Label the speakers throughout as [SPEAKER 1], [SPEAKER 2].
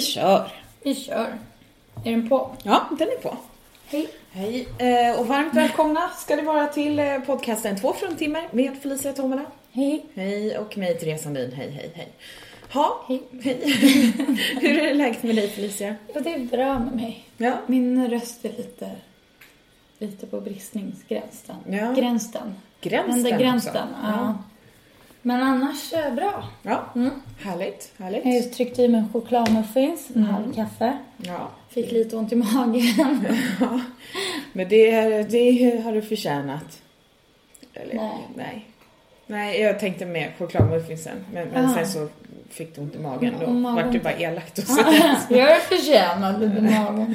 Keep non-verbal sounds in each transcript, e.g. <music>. [SPEAKER 1] kör.
[SPEAKER 2] Vi kör. Är den på?
[SPEAKER 1] Ja, den är på.
[SPEAKER 2] Hej.
[SPEAKER 1] Hej eh, och varmt välkomna ska det vara till eh, podcasten Två fruntimmer med Felicia Tomala.
[SPEAKER 2] Hej.
[SPEAKER 1] Hej och mig Therese Sandin. Hej, hej, hej. Ha,
[SPEAKER 2] Hej.
[SPEAKER 1] hej. <laughs> Hur är det läget med dig Felicia?
[SPEAKER 2] Ja, det är bra med mig.
[SPEAKER 1] Ja.
[SPEAKER 2] Min röst är lite, lite på bristningsgränsen.
[SPEAKER 1] Ja.
[SPEAKER 2] Gränsen.
[SPEAKER 1] Gränsen
[SPEAKER 2] Den där
[SPEAKER 1] också.
[SPEAKER 2] gränsen. Ja. Men annars eh, bra.
[SPEAKER 1] Ja,
[SPEAKER 2] Mm.
[SPEAKER 1] härligt,
[SPEAKER 2] Jag har
[SPEAKER 1] härligt.
[SPEAKER 2] just tryckt i mig en chokladmuffins, en halv kaffe.
[SPEAKER 1] Ja,
[SPEAKER 2] Mm. Fick lite ont i <laughs> magen.
[SPEAKER 1] <laughs> men det, är- det har du förtjänat. Eller,
[SPEAKER 2] Nej.
[SPEAKER 1] nej. Nej, jag tänkte med chokladmuffinsen, men, men
[SPEAKER 2] Aha.
[SPEAKER 1] sen så fick du ont i magen. Då
[SPEAKER 2] Mm, magen.
[SPEAKER 1] vart det bara
[SPEAKER 2] <laughs>
[SPEAKER 1] elakt och så.
[SPEAKER 2] jag förtjänar lite magen.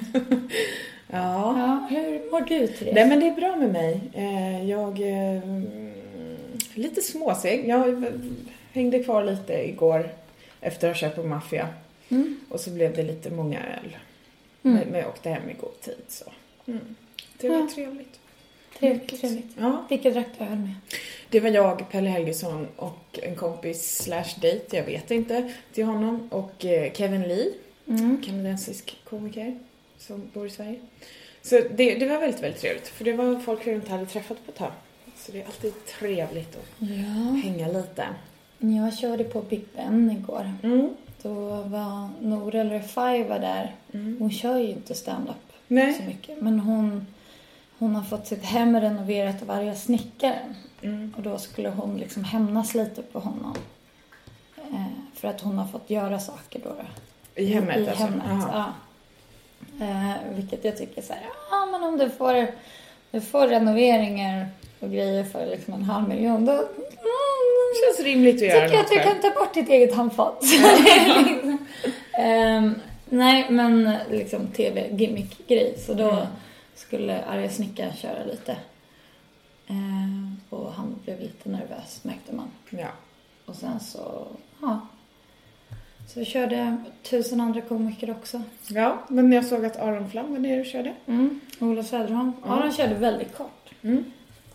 [SPEAKER 1] Ja.
[SPEAKER 2] Ja, hur mår du Therese?
[SPEAKER 1] Nej men det är bra med mig. Eh, Jag... eh, mm, Lite småseg. Jag eh, hängde kvar lite igår efter att ha kört på Mafia.
[SPEAKER 2] Mm.
[SPEAKER 1] Och så blev det lite många öl.
[SPEAKER 2] Mm.
[SPEAKER 1] Men- Men jag åkte hem i god tid så. Mm. Det var
[SPEAKER 2] Ja.
[SPEAKER 1] trevligt.
[SPEAKER 2] Trevligt. Trevligt.
[SPEAKER 1] Ja.
[SPEAKER 2] Vilka drack du öl med?
[SPEAKER 1] Det var jag, Pelle Helgesson och en kompis slash dejt, jag vet inte, till honom. Och eh, Kevin Lee,
[SPEAKER 2] Mm.
[SPEAKER 1] kanadensisk komiker som bor i Sverige. Så det, det var väldigt, väldigt trevligt. För det var folk jag inte hade träffat på ett tag. Så det är alltid trevligt att
[SPEAKER 2] Ja.
[SPEAKER 1] hänga lite.
[SPEAKER 2] Jag körde på Big Ben igår.
[SPEAKER 1] Mm.
[SPEAKER 2] Då var Norel Refai var där.
[SPEAKER 1] Mm.
[SPEAKER 2] Hon kör ju inte stand-up så
[SPEAKER 1] Nej.
[SPEAKER 2] mycket. Men hon, hon har fått sitt hem renoverat av arga snickaren.
[SPEAKER 1] Mm.
[SPEAKER 2] Och då skulle hon liksom hämnas lite på honom. Eh, för att hon har fått göra saker då. då.
[SPEAKER 1] I hemmet
[SPEAKER 2] I
[SPEAKER 1] alltså.
[SPEAKER 2] hemmet,
[SPEAKER 1] Jaha.
[SPEAKER 2] ja. Eh, vilket jag tycker så här, ja men om du får, du får renoveringar och grejer för liksom en halv miljon då mm,
[SPEAKER 1] Det känns rimligt att göra
[SPEAKER 2] tycker jag att
[SPEAKER 1] något
[SPEAKER 2] du
[SPEAKER 1] själv.
[SPEAKER 2] kan ta bort ditt eget handfat. Så det är liksom, <laughs> ehm, nej, men liksom tv-gimmick-grej. Så då
[SPEAKER 1] Mm.
[SPEAKER 2] skulle arga snickaren köra lite. Ehm, och han blev lite nervös märkte man.
[SPEAKER 1] Ja.
[SPEAKER 2] Och sen så, ja. Så körde tusen andra komiker också.
[SPEAKER 1] ja, men jag såg att Aron Flam var nere och körde.
[SPEAKER 2] Mm. Ola Söderholm. Ja,
[SPEAKER 1] Ja.
[SPEAKER 2] han körde väldigt kort.
[SPEAKER 1] Mm.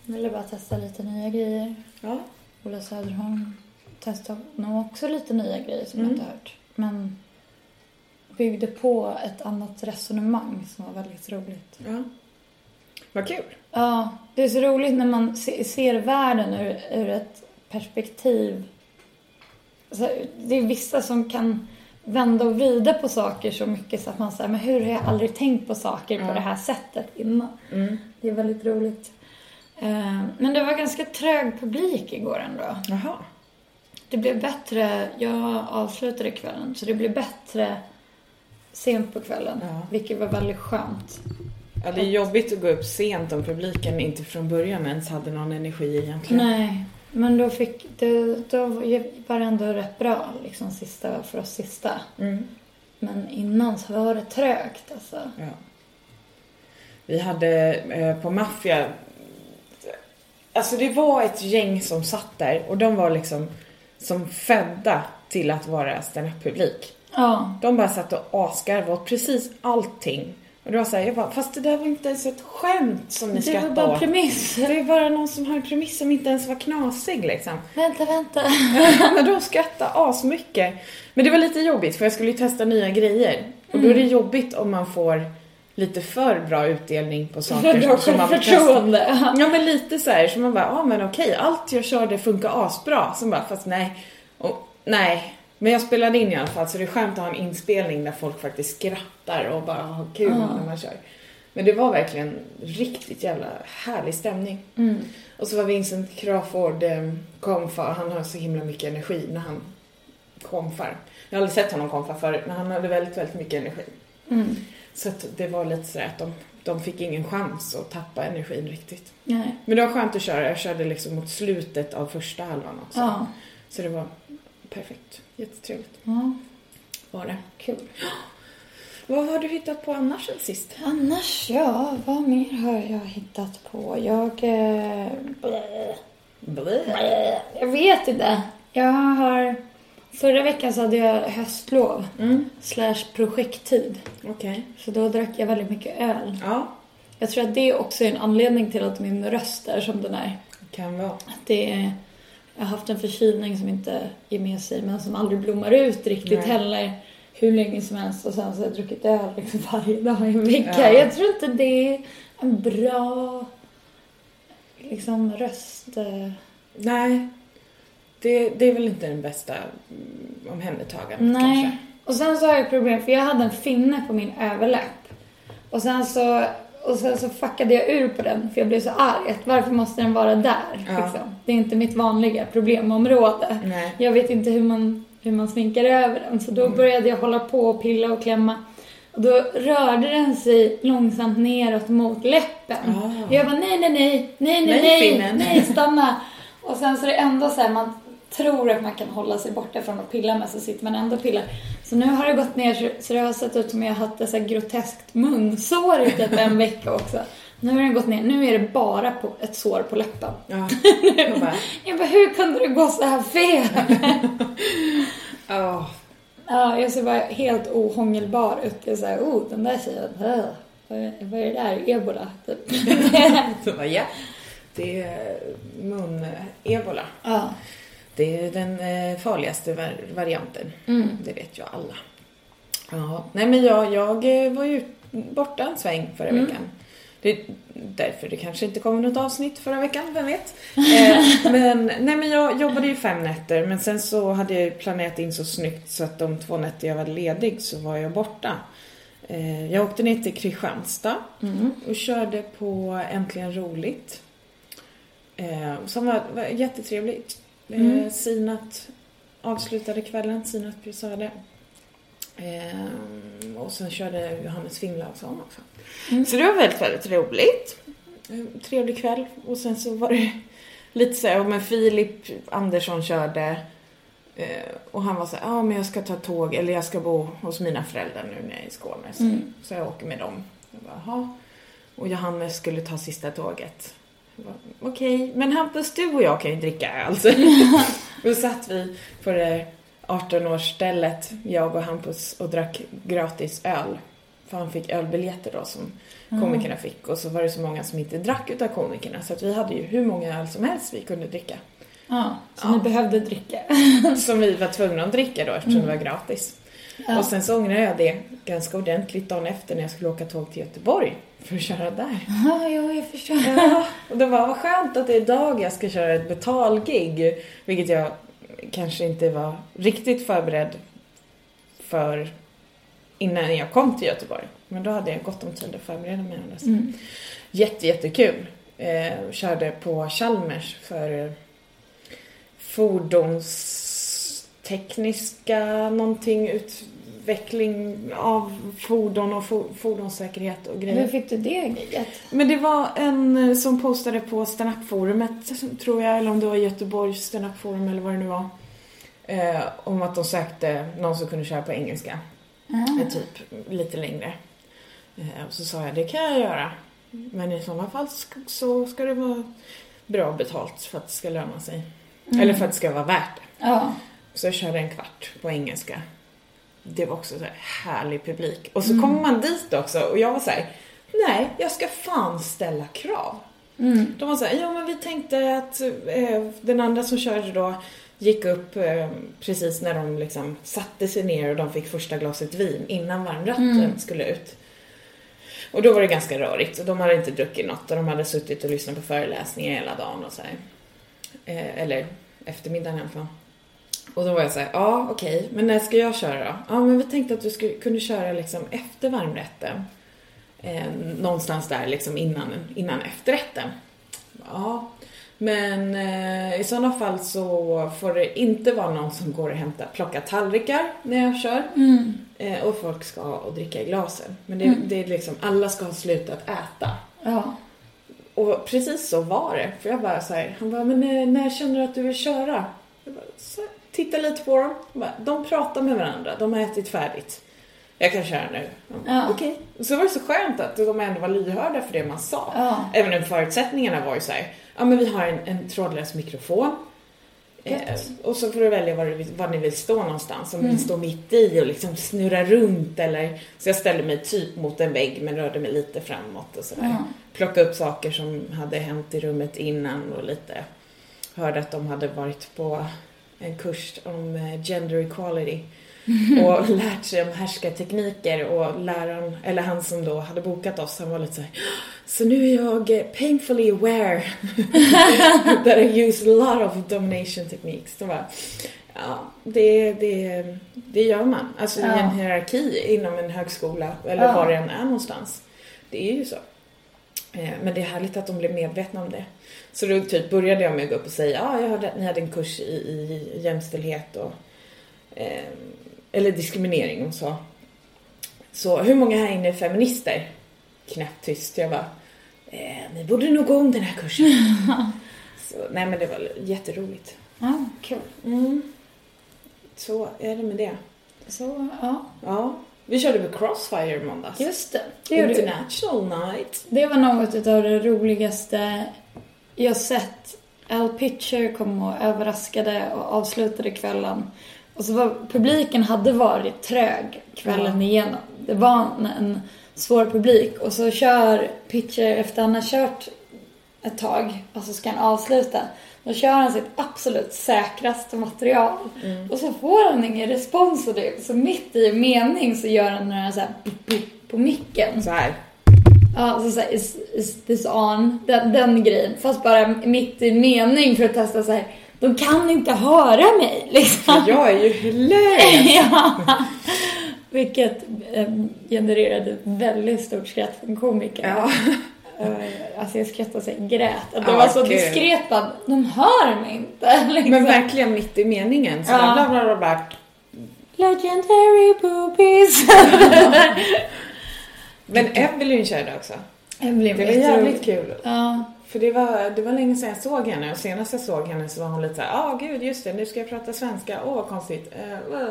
[SPEAKER 2] Han ville bara testa lite nya grejer.
[SPEAKER 1] Ja.
[SPEAKER 2] Ola Söderholm testade nog också lite nya grejer som
[SPEAKER 1] Mm.
[SPEAKER 2] jag inte hört. Men byggde på ett annat resonemang som var väldigt roligt.
[SPEAKER 1] ja. Vad kul.
[SPEAKER 2] Ja, det är så roligt när man se, ser världen ur, ur ett perspektiv. Alltså, det är vissa som kan vända och vrida på saker så mycket så att man säger men hur har jag aldrig tänkt på saker på
[SPEAKER 1] Ja.
[SPEAKER 2] det här sättet innan?
[SPEAKER 1] Mm.
[SPEAKER 2] Det är väldigt roligt. Eh, Men det var ganska trög publik igår ändå.
[SPEAKER 1] Jaha.
[SPEAKER 2] Det blev bättre, jag avslutade kvällen, så det blev bättre sent på kvällen.
[SPEAKER 1] Ja.
[SPEAKER 2] Vilket var väldigt skönt.
[SPEAKER 1] Ja, det är jobbigt att gå upp sent om publiken inte från början ens hade någon energi egentligen.
[SPEAKER 2] Nej, men då fick det, då var det ändå rätt bra liksom sista för oss sista.
[SPEAKER 1] Mm.
[SPEAKER 2] Men innan så var det trögt alltså.
[SPEAKER 1] Ja. Vi hade eh, på Mafia, alltså det var ett gäng som satt där och de var liksom som födda till att vara standup-publik.
[SPEAKER 2] Ja,
[SPEAKER 1] De bara satt och asgarvade åt precis allting. Och det var såhär, jag bara, fast det där var inte ens ett skämt som ni
[SPEAKER 2] det var
[SPEAKER 1] skrattade
[SPEAKER 2] bara
[SPEAKER 1] åt.
[SPEAKER 2] premiss.
[SPEAKER 1] Det är bara någon som har en premiss som inte ens var knasig liksom.
[SPEAKER 2] <laughs> Vänta, vänta.
[SPEAKER 1] <laughs> Men de skrattade asmycket. Men det var lite jobbigt för jag skulle ju testa nya grejer. Och då är det
[SPEAKER 2] Mm.
[SPEAKER 1] jobbigt om man får lite för bra utdelning
[SPEAKER 2] <laughs>
[SPEAKER 1] på saker
[SPEAKER 2] För bra
[SPEAKER 1] som man får testa.
[SPEAKER 2] självförtroende.
[SPEAKER 1] Ja men lite så här, så man bara, ja ah, men okej, allt jag körde funkar asbra. Sen bara, fast nej. Och, nej. Men jag spelade in i alla fall så det är skönt att ha en inspelning där folk faktiskt skrattar och bara har kul
[SPEAKER 2] Ja.
[SPEAKER 1] när man kör. Men det var verkligen riktigt jävla härlig stämning.
[SPEAKER 2] Mm.
[SPEAKER 1] Och så var Vincent Crawford eh, komfar. Han har så himla mycket energi när han komfar. Jag har aldrig sett honom komfa förut, men han hade väldigt, väldigt mycket energi.
[SPEAKER 2] Mm.
[SPEAKER 1] Så att det var lite sådär att de, de fick ingen chans att tappa energin riktigt.
[SPEAKER 2] Nej.
[SPEAKER 1] Men det var skönt att köra. Jag körde liksom mot slutet av första halvan också.
[SPEAKER 2] Ja.
[SPEAKER 1] Så det var perfekt. Jättetrevligt
[SPEAKER 2] ja,
[SPEAKER 1] var det.
[SPEAKER 2] kul.
[SPEAKER 1] Vad har du hittat på annars sen sist?
[SPEAKER 2] Annars, ja, vad mer har jag hittat på? Jag... Eh, blä, blä, jag vet inte. Jag har... Förra veckan så hade jag höstlov
[SPEAKER 1] Mm,
[SPEAKER 2] slash projekttid.
[SPEAKER 1] okej.
[SPEAKER 2] Så då drack jag väldigt mycket öl.
[SPEAKER 1] Ja,
[SPEAKER 2] Jag tror att det också är en anledning till att min röst är som den är.
[SPEAKER 1] kan vara.
[SPEAKER 2] Att det är... Jag har haft en förkylning som inte ger med sig men som aldrig blommar ut riktigt
[SPEAKER 1] Nej.
[SPEAKER 2] heller. hur länge som helst och sen så har jag druckit öl liksom varje dag i en vecka.
[SPEAKER 1] Ja.
[SPEAKER 2] Jag tror inte det är en bra liksom röst... eh,
[SPEAKER 1] Nej. Det, det är väl inte den bästa mm, omhändertagandet
[SPEAKER 2] Nej.
[SPEAKER 1] kanske.
[SPEAKER 2] Och sen så har jag problem för jag hade en finne på min överläpp. Och sen så, och sen så fuckade jag ur på den för jag blev så arg. Att varför måste den vara där?
[SPEAKER 1] Ja.
[SPEAKER 2] Liksom? Det är inte mitt vanliga problemområde.
[SPEAKER 1] Nej.
[SPEAKER 2] Jag vet inte hur man, hur man sminkar över den. Så då
[SPEAKER 1] Mm.
[SPEAKER 2] började jag hålla på och pilla och klämma. Och då rörde den sig långsamt neråt mot läppen.
[SPEAKER 1] Ah.
[SPEAKER 2] Och jag bara nej, nej, nej, nej, nej,
[SPEAKER 1] Nej,
[SPEAKER 2] nej, nej,
[SPEAKER 1] finnen. <laughs>
[SPEAKER 2] stanna. Och sen så är det ändå så här, man tror att man kan hålla sig borta från att pilla men så sitter man ändå och pillar. Så nu har det gått ner så- så det har sett ut som jag har haft ett så här groteskt munsår i typ en vecka också. Nu har den gått ner, nu är det bara på ett sår på läppen.
[SPEAKER 1] Ja. Jag bara,
[SPEAKER 2] Jag bara, hur kunde det gå så här fel?
[SPEAKER 1] åh.
[SPEAKER 2] Ja, jag ser bara helt ohångelbar ut. Jag säger, oh, den där tjejen, äh, vad är- vad är det där? Ebola, typ. <laughs>
[SPEAKER 1] Så bara, ja. Det är mun-ebola.
[SPEAKER 2] ja.
[SPEAKER 1] Det är den eh, farligaste var- varianten.
[SPEAKER 2] Mm.
[SPEAKER 1] Det vet ju alla. Ja, nej men jag, jag eh, var ju borta en sväng förra
[SPEAKER 2] Mm.
[SPEAKER 1] veckan. Det är därför det kanske inte kommer något avsnitt förra veckan, vem vet?
[SPEAKER 2] <laughs>
[SPEAKER 1] Eh, men, nej men jag jobbade ju fem nätter men sen så hade jag ju planerat in så snyggt så att de två nätter jag var ledig så var jag borta. Eh, jag åkte ner till Kristianstad
[SPEAKER 2] Mm.
[SPEAKER 1] och körde på Äntligen Roligt. Eh, som var, var jättetrevligt. Eh,
[SPEAKER 2] Mm.
[SPEAKER 1] Sinat avslutade kvällen, Sinat Pirzadeh. Eh, och sen körde Johannes Finnlaugsson också.
[SPEAKER 2] Mm.
[SPEAKER 1] Så det var väldigt, väldigt roligt. Eh, Trevlig kväll. Och sen så var det lite så här, ja, men Filip Andersson körde. Eh, och han var så här, ja men jag ska ta tåg, eller jag ska bo hos mina föräldrar nu när jag är i Skåne. Så,
[SPEAKER 2] Mm.
[SPEAKER 1] så jag åker med dem. Jag bara, Jaha. Och Johannes skulle ta sista tåget. Jag bara, Okej, men Hampus du och jag kan ju dricka öl. Så Då satt vi på det 18-årsstället, jag och Hampus, och drack gratis öl. För han fick ölbiljetter då som
[SPEAKER 2] Mm.
[SPEAKER 1] komikerna fick och så var det så många som inte drack utav komikerna så att vi hade ju hur många öl som helst vi kunde dricka.
[SPEAKER 2] Ja, så
[SPEAKER 1] Ja.
[SPEAKER 2] ni behövde dricka.
[SPEAKER 1] <laughs> Som vi var tvungna att dricka då eftersom det var gratis.
[SPEAKER 2] Ja.
[SPEAKER 1] Och sen så ångrade jag det ganska ordentligt dagen efter när jag skulle åka tåg till Göteborg för att köra där.
[SPEAKER 2] Ja, jo, jag förstår.
[SPEAKER 1] Ja, <laughs> och det var vad skönt att det är idag jag ska köra ett betalgig. Vilket jag kanske inte var riktigt förberedd för innan jag kom till Göteborg. Men då hade jag gott om tid att förbereda mig annars.
[SPEAKER 2] Mm.
[SPEAKER 1] Jätte, jättekul. Eh, körde på Chalmers för eh, fordonstekniska någonting, utveckling av fordon och fo- fordonssäkerhet och grejer.
[SPEAKER 2] Hur fick du det giget?
[SPEAKER 1] Mm. Men det var en eh, som postade på standupforumet, tror jag, eller om det var Göteborgs standupforum eller vad det nu var. Eh, om att de sökte någon som kunde köra på engelska, eh, typ lite längre. Eh, och så sa jag, det kan jag göra. Men i sådana fall sk- så ska det vara bra betalt för att det ska löna sig.
[SPEAKER 2] Mm.
[SPEAKER 1] Eller för att det ska vara värt det.
[SPEAKER 2] Ja.
[SPEAKER 1] Så jag körde en kvart på engelska. Det var också så här härlig publik. Och så
[SPEAKER 2] Mm.
[SPEAKER 1] kommer man dit också och jag var så här, nej, jag ska fan ställa krav.
[SPEAKER 2] Mm.
[SPEAKER 1] De var så här, ja men vi tänkte att eh, den andra som körde då gick upp eh, precis när de liksom satte sig ner och de fick första glaset vin innan varmrätten
[SPEAKER 2] Mm.
[SPEAKER 1] skulle ut. Och då var det ganska rörigt och de hade inte druckit något och de hade suttit och lyssnat på föreläsningar hela dagen och så här. Eh, eller eftermiddagen i alla fall. Och då var jag så här, ja okej, men när ska jag köra då? Ja men vi tänkte att du skulle, kunde köra liksom efter varmrätten. Eh, någonstans där liksom innan, innan efterrätten. Ja, men eh, i sådana fall så får det inte vara någon som går och hämtar, plockar tallrikar när jag kör.
[SPEAKER 2] Mm.
[SPEAKER 1] Eh, och folk ska och dricka i glasen. Men det,
[SPEAKER 2] Mm.
[SPEAKER 1] det är liksom, alla ska ha slutat äta.
[SPEAKER 2] Ja.
[SPEAKER 1] Och precis så var det. För jag bara så här, han bara, men eh, när känner du att du vill köra? Jag bara, så här, titta lite på dem. Jag Bara, de pratar med varandra, de har ätit färdigt. Jag kan köra nu. Jag bara,
[SPEAKER 2] Ja.
[SPEAKER 1] Okej. Så var det så skönt att de ändå var lyhörda för det man sa.
[SPEAKER 2] Ja.
[SPEAKER 1] Även om förutsättningarna var ju så här, ja men vi har en, en trådlös mikrofon. Eh,
[SPEAKER 2] Gött.
[SPEAKER 1] och så får du välja var, du vill, var ni vill stå någonstans. Om ni
[SPEAKER 2] Mm.
[SPEAKER 1] vill stå mitt i och liksom snurra runt eller så jag ställde mig typ mot en vägg men rörde mig lite framåt och sådär.
[SPEAKER 2] Ja.
[SPEAKER 1] Plocka upp saker som hade hänt i rummet innan och lite hörde att de hade varit på en kurs om eh, gender equality. och lärt sig om härskartekniker och läraren, eller han som då hade bokat oss, han var lite såhär Så nu är jag eh, painfully aware that I use a lot of domination techniques. Då bara, ja, det, det, det gör man. Alltså i
[SPEAKER 2] Ja.
[SPEAKER 1] en hierarki inom en högskola eller
[SPEAKER 2] Ja.
[SPEAKER 1] var det än är någonstans. Det är ju så. Eh, Men det är härligt att de blev medvetna om det. Så då typ började jag med att gå upp och säga ja, jag hörde att ni hade en kurs i, i jämställdhet och eh, eller diskriminering och så. Så hur många här inne är feminister? Knäpptyst. Jag bara, eh, ni borde nog gå om den här kursen. så, nej men det var jätteroligt.
[SPEAKER 2] Ja, kul.
[SPEAKER 1] Mm. Så är det med det.
[SPEAKER 2] Så, ja.
[SPEAKER 1] Ja, vi körde med Crossfire i måndags.
[SPEAKER 2] Just det. Det gjorde vi.
[SPEAKER 1] International night.
[SPEAKER 2] Det var något av det roligaste jag sett. Al Pitcher kom och överraskade och avslutade kvällen. Och så var, publiken hade varit trög kvällen
[SPEAKER 1] Ja.
[SPEAKER 2] igenom. Det var en, en svår publik. Och så kör Pitcher, efter han har kört ett tag, och så ska han avsluta. Då kör han sitt absolut säkraste material. Och så får han ingen respons och det. Så mitt i mening så gör han några så här pip, pip på micken.
[SPEAKER 1] Så här.
[SPEAKER 2] Ja, så såhär, is, is this on? Den, den grejen. Fast bara mitt i mening för att testa så här. de kan inte höra mig liksom.
[SPEAKER 1] För jag är ju hilarious.
[SPEAKER 2] <laughs> ja. Vilket eh, genererade ett väldigt stort skratt från komiker.
[SPEAKER 1] Ja.
[SPEAKER 2] Eh, Alltså jag skrattade så jag grät. Att det
[SPEAKER 1] Ja,
[SPEAKER 2] var så
[SPEAKER 1] gud.
[SPEAKER 2] diskret bara, de hör mig inte. <laughs> Liksom.
[SPEAKER 1] Men verkligen mitt i meningen. Så
[SPEAKER 2] Ja.
[SPEAKER 1] ja. bla bla bla bla.
[SPEAKER 2] Legendary
[SPEAKER 1] <laughs>
[SPEAKER 2] boobies.
[SPEAKER 1] Men Evelyn körde också.
[SPEAKER 2] <laughs> Typ. det blev
[SPEAKER 1] Det var jävligt kul.
[SPEAKER 2] Ja.
[SPEAKER 1] För det var, det var länge sedan jag såg henne och senast jag såg henne så var hon lite såhär, ja ah, gud just det, nu ska jag prata svenska, åh vad konstigt. Eh, eh,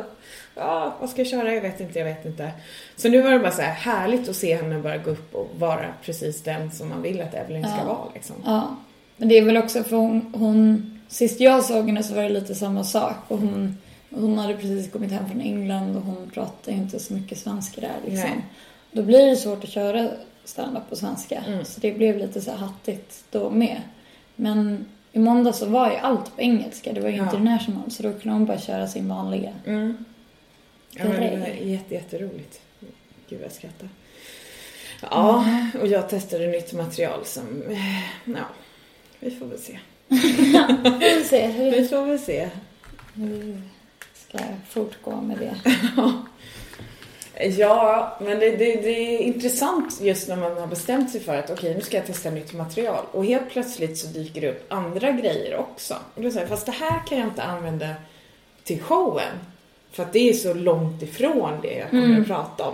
[SPEAKER 1] Ja, vad ska jag köra? Jag vet inte, jag vet inte. Så nu var det bara så här härligt att se henne bara gå upp och vara precis den som man vill att Evelyn ska
[SPEAKER 2] Ja.
[SPEAKER 1] vara liksom.
[SPEAKER 2] Ja, men det är väl också för hon, hon sist jag såg henne så var det lite samma sak och hon, hon hade precis kommit hem från England och hon pratade ju inte så mycket svenska där liksom.
[SPEAKER 1] Nej.
[SPEAKER 2] Då blir det svårt att köra stand-up på svenska
[SPEAKER 1] Mm.
[SPEAKER 2] så det blev lite så här hattigt då med. Men i måndag så var ju allt på engelska, det var ju
[SPEAKER 1] Ja.
[SPEAKER 2] international så då kunde hon bara köra
[SPEAKER 1] <laughs>
[SPEAKER 2] sin vanliga.
[SPEAKER 1] Mm. Ja, men det var
[SPEAKER 2] Grej.
[SPEAKER 1] jätte, jätteroligt. Gud vad jag skrattar. Ja, och jag testade nytt material som, eh, ja, vi får väl se.
[SPEAKER 2] Vi får se hur
[SPEAKER 1] Vi får väl se.
[SPEAKER 2] hur ska jag fortgå med det.
[SPEAKER 1] Ja, men det, det, det är intressant just när man har bestämt sig för att okej, nu ska jag testa nytt material. Och helt plötsligt så dyker det upp andra grejer också. Och då säger jag, fast det här kan jag inte använda till showen. För att det är så långt ifrån det jag kommer
[SPEAKER 2] Mm.
[SPEAKER 1] att prata om.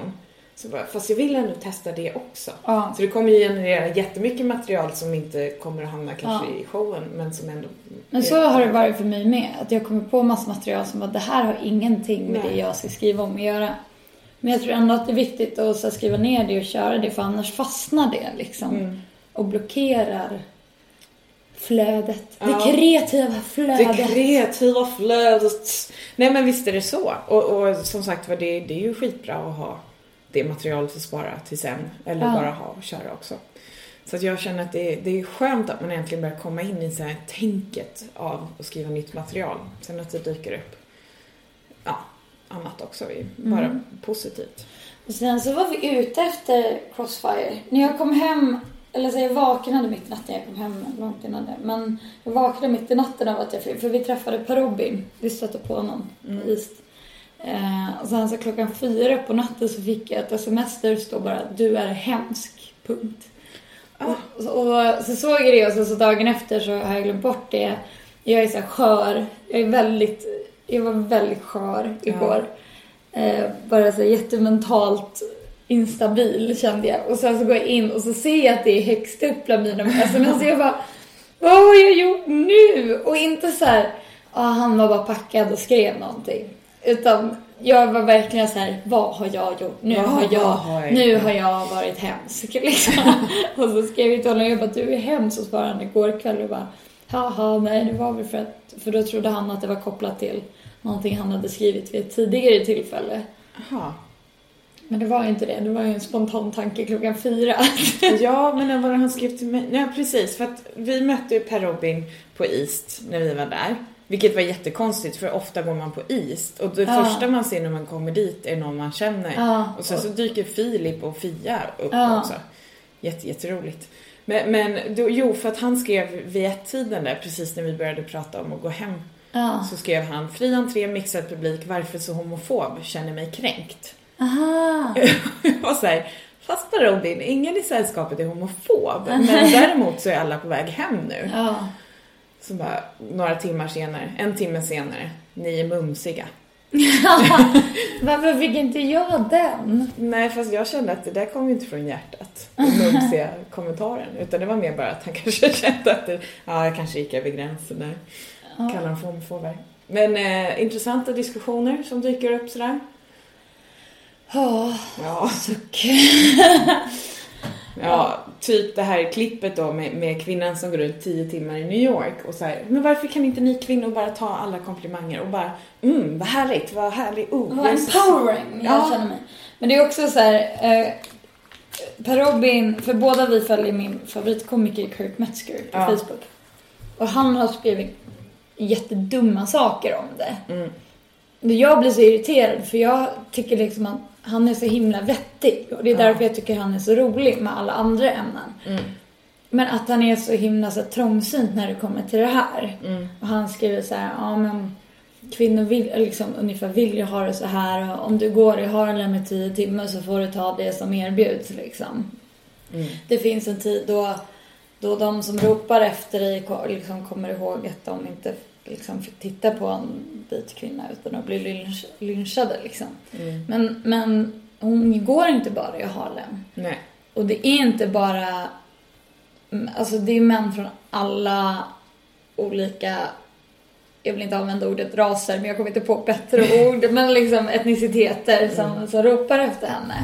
[SPEAKER 1] Så bara, fast jag vill ändå testa det också.
[SPEAKER 2] Ja,
[SPEAKER 1] Så det kommer ju generera jättemycket material som inte kommer att hamna kanske
[SPEAKER 2] Ja.
[SPEAKER 1] i showen, men som ändå...
[SPEAKER 2] Men så har det varit för mig med. Att jag kommer på massa material som att det här har ingenting med
[SPEAKER 1] Nej.
[SPEAKER 2] det jag ska skriva om att göra. Men jag tror ändå att det är viktigt att så här, skriva ner det och köra det för annars fastnar det liksom.
[SPEAKER 1] Mm.
[SPEAKER 2] Och blockerar flödet.
[SPEAKER 1] Ja.
[SPEAKER 2] Det kreativa flödet.
[SPEAKER 1] Det kreativa flödet. Nej men visst är det så. Och, och som sagt var, det, det är ju skitbra att ha det materialet att spara till sen. Eller
[SPEAKER 2] Ja.
[SPEAKER 1] bara ha och köra också. Så att jag känner att det, det är skönt att man äntligen börjar komma in i så här tänket av att skriva nytt material. Sen att det dyker upp ja, annat också är ju bara
[SPEAKER 2] Mm.
[SPEAKER 1] positivt.
[SPEAKER 2] Och sen så var vi ute efter Crossfire. När jag kom hem, eller så jag vaknade mitt i natten, jag kom hem långt innan det. Men jag vaknade mitt i natten av att jag, för vi träffade Per Robin, vi stötte på honom på East. Eh, och sen så klockan fyra på natten så fick jag ett sms där det stod bara du är hemsk, punkt.
[SPEAKER 1] Ah.
[SPEAKER 2] Och, och så såg jag det och så, så dagen efter så har jag glömt bort det. Jag är så här skör, jag är väldigt, jag var väldigt skör
[SPEAKER 1] Ja.
[SPEAKER 2] igår. Eh, bara så här jättementalt instabil kände jag. Och sen så går jag in och så ser jag att det är högst upp bland mina sms. Så jag bara, vad har jag gjort nu? Och inte så här, ah, han var bara packad och skrev någonting. Utan jag var verkligen så här, vad har jag gjort? Nu
[SPEAKER 1] Vad
[SPEAKER 2] har jag,
[SPEAKER 1] har jag
[SPEAKER 2] nu
[SPEAKER 1] gjort?"
[SPEAKER 2] har jag varit hemsk liksom. <laughs> och så skrev jag till honom, jag bara, du är hemsk. Och så svarade han igår kväll och bara, haha, nej det var väl för att, för då trodde han att det var kopplat till någonting han hade skrivit vid ett tidigare tillfälle.
[SPEAKER 1] Aha.
[SPEAKER 2] Men det var ju inte det, det var ju en spontan tanke klockan fyra.
[SPEAKER 1] Ja, men vad var det han skrev till mig? Nej, precis. För att vi mötte ju Per Robin på East när vi var där. Vilket var jättekonstigt för ofta går man på is och det
[SPEAKER 2] Ja.
[SPEAKER 1] första man ser när man kommer dit är någon man känner.
[SPEAKER 2] Ja.
[SPEAKER 1] Och sen så dyker Filip och Fia upp
[SPEAKER 2] Ja.
[SPEAKER 1] också. Jätte, jätteroligt. Men, men då, jo, för att han skrev vid ett-tiden där, precis när vi började prata om att gå hem,
[SPEAKER 2] Ja.
[SPEAKER 1] så skrev han fri entré, mixad publik, varför så homofob, känner mig kränkt.
[SPEAKER 2] Aha.
[SPEAKER 1] Jag <laughs> var såhär, fast på Robin, ingen i sällskapet är homofob, men däremot så är alla på väg hem nu.
[SPEAKER 2] Ja.
[SPEAKER 1] Så bara, några timmar senare, en timme senare, ni är mumsiga.
[SPEAKER 2] <laughs> Varför fick inte jag den?
[SPEAKER 1] Nej, fast jag kände att det där kom ju inte från hjärtat, den mumsiga kommentaren. Utan det var mer bara att han <laughs> kanske kände att det, ja, jag kanske gick över gränsen där. Kallar dem för homofober. Men eh, intressanta diskussioner som dyker upp sådär.
[SPEAKER 2] Ja,
[SPEAKER 1] Ja,
[SPEAKER 2] suck.
[SPEAKER 1] ja typ det här klippet då med, med kvinnan som går runt tio timmar i New York och så här, men varför kan inte ni kvinnor bara ta alla komplimanger och bara, mm, vad härligt, vad härligt, oh,
[SPEAKER 2] Vad
[SPEAKER 1] jag är så-
[SPEAKER 2] empowering jag
[SPEAKER 1] Ja.
[SPEAKER 2] känner mig. Men det är också så här... Eh, per Robin, för båda vi följer min favoritkomiker Kurt Metzger på
[SPEAKER 1] Ja.
[SPEAKER 2] Facebook. Och han har skrivit jättedumma saker om det.
[SPEAKER 1] Mm.
[SPEAKER 2] Men Jag blir så irriterad för jag tycker liksom att han är så himla vettig. Och det är
[SPEAKER 1] Ja.
[SPEAKER 2] därför jag tycker han är så rolig med alla andra ämnen.
[SPEAKER 1] Mm.
[SPEAKER 2] Men att han är så himla så här, trångsynt när det kommer till det här.
[SPEAKER 1] Mm.
[SPEAKER 2] Och han skriver så här, ja men kvinnor vill, eller liksom, ungefär vill ju ha det så här. Och om du går i Harlem i tio timmar så får du ta det som erbjuds liksom.
[SPEAKER 1] Mm.
[SPEAKER 2] Det finns en tid då, då de som ropar efter dig ko- liksom, kommer ihåg att de inte liksom, fick titta på en vit kvinna utan att bli lynch, lynchade liksom.
[SPEAKER 1] Mm.
[SPEAKER 2] Men, men hon går inte bara i Harlem.
[SPEAKER 1] Nej.
[SPEAKER 2] Och det är inte bara... mm, Alltså det är män från alla olika... Jag vill inte använda ordet raser, men jag kommer inte på bättre ord. Men liksom etniciteter som, som ropar efter henne.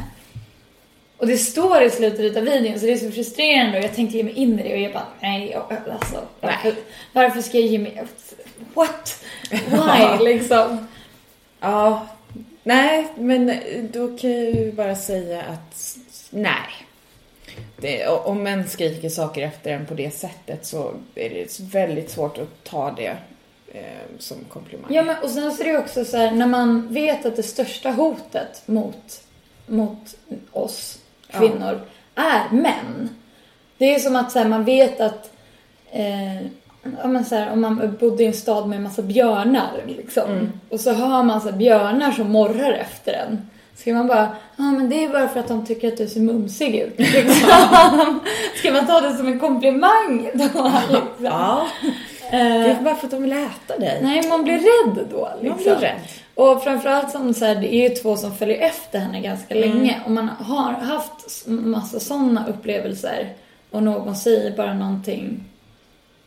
[SPEAKER 2] Och det står i slutet av videon, så det är så frustrerande. Och jag tänkte ge mig in i det och jag bara, nej, jag- alltså. Varför, varför ska jag ge mig... What? Why? liksom.
[SPEAKER 1] Ja, nej, men då kan jag ju bara säga att nej. Det, o- om män skriker saker efter en på det sättet så är det väldigt svårt att ta det eh, som komplimang.
[SPEAKER 2] Ja, men och sen så är det också så här, när man vet att det största hotet mot, mot oss
[SPEAKER 1] Ja.
[SPEAKER 2] kvinnor är män. Det är som att så här, man vet att eh, ja, men så här, om man bodde i en stad med en massa björnar liksom,
[SPEAKER 1] Mm.
[SPEAKER 2] och så hör man så här, björnar som morrar efter en. Ska man bara, ja men det är bara för att de tycker att du ser
[SPEAKER 1] <laughs>
[SPEAKER 2] mumsig ut. Liksom. Ska man ta det som en komplimang då? Liksom?
[SPEAKER 1] Ja, det
[SPEAKER 2] Eh,
[SPEAKER 1] är bara för att de vill äta dig.
[SPEAKER 2] Nej, man blir rädd då. Liksom.
[SPEAKER 1] Man blir rädd.
[SPEAKER 2] Och framförallt som så här, det är ju två som följer efter henne ganska länge. Och man har haft s- massa sådana upplevelser. Och någon säger bara någonting.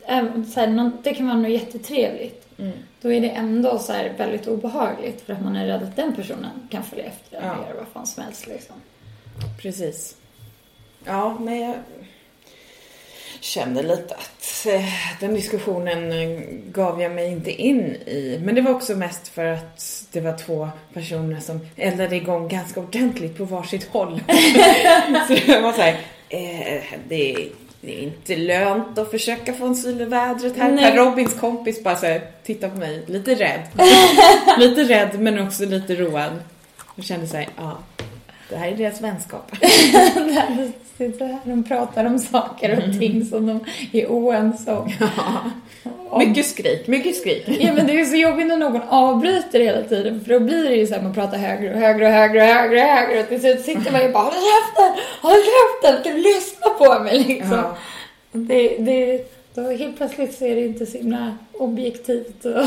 [SPEAKER 2] även Så här, någon- det kan vara något jättetrevligt.
[SPEAKER 1] Mm.
[SPEAKER 2] Då är det ändå så här väldigt obehagligt. För att man är rädd att den personen kan följa efter en
[SPEAKER 1] Ja.
[SPEAKER 2] och göra vad fan som helst. Liksom.
[SPEAKER 1] Precis. Ja, nej, jag kände lite att eh, den diskussionen eh, gav jag mig inte in i. Men det var också mest för att det var två personer som eldade igång ganska ordentligt på varsitt håll. <laughs> så det var såhär, eh, det, är- det är inte lönt att försöka få en syl i vädret här.
[SPEAKER 2] Nej.
[SPEAKER 1] Per Robins kompis bara såhär, tittar på mig, lite rädd. lite rädd men också lite road. Och kände såhär, ja, det här är deras vänskap.
[SPEAKER 2] Där sitter här de pratar om saker och ting som de är oense om. Om
[SPEAKER 1] Mycket skrik, mycket skrik.
[SPEAKER 2] Ja men det är ju så jobbigt när någon avbryter hela tiden för då blir det ju så här man pratar högre och högre och högre och högre och högre och till slut sitter man ju bara Håll käften! Håll käften! Kan du lyssna på mig liksom?
[SPEAKER 1] Ja.
[SPEAKER 2] Det, det, då helt plötsligt så är det inte så himla objektivt och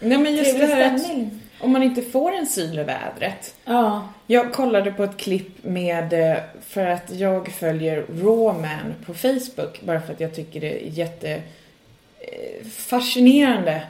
[SPEAKER 1] Nej men just det
[SPEAKER 2] trevlig
[SPEAKER 1] här att
[SPEAKER 2] stämning.
[SPEAKER 1] om man inte får en syl i vädret.
[SPEAKER 2] Ja.
[SPEAKER 1] Jag kollade på ett klipp med, eh, för att jag följer Rawman på Facebook bara för att jag tycker det är jätte eh, fascinerande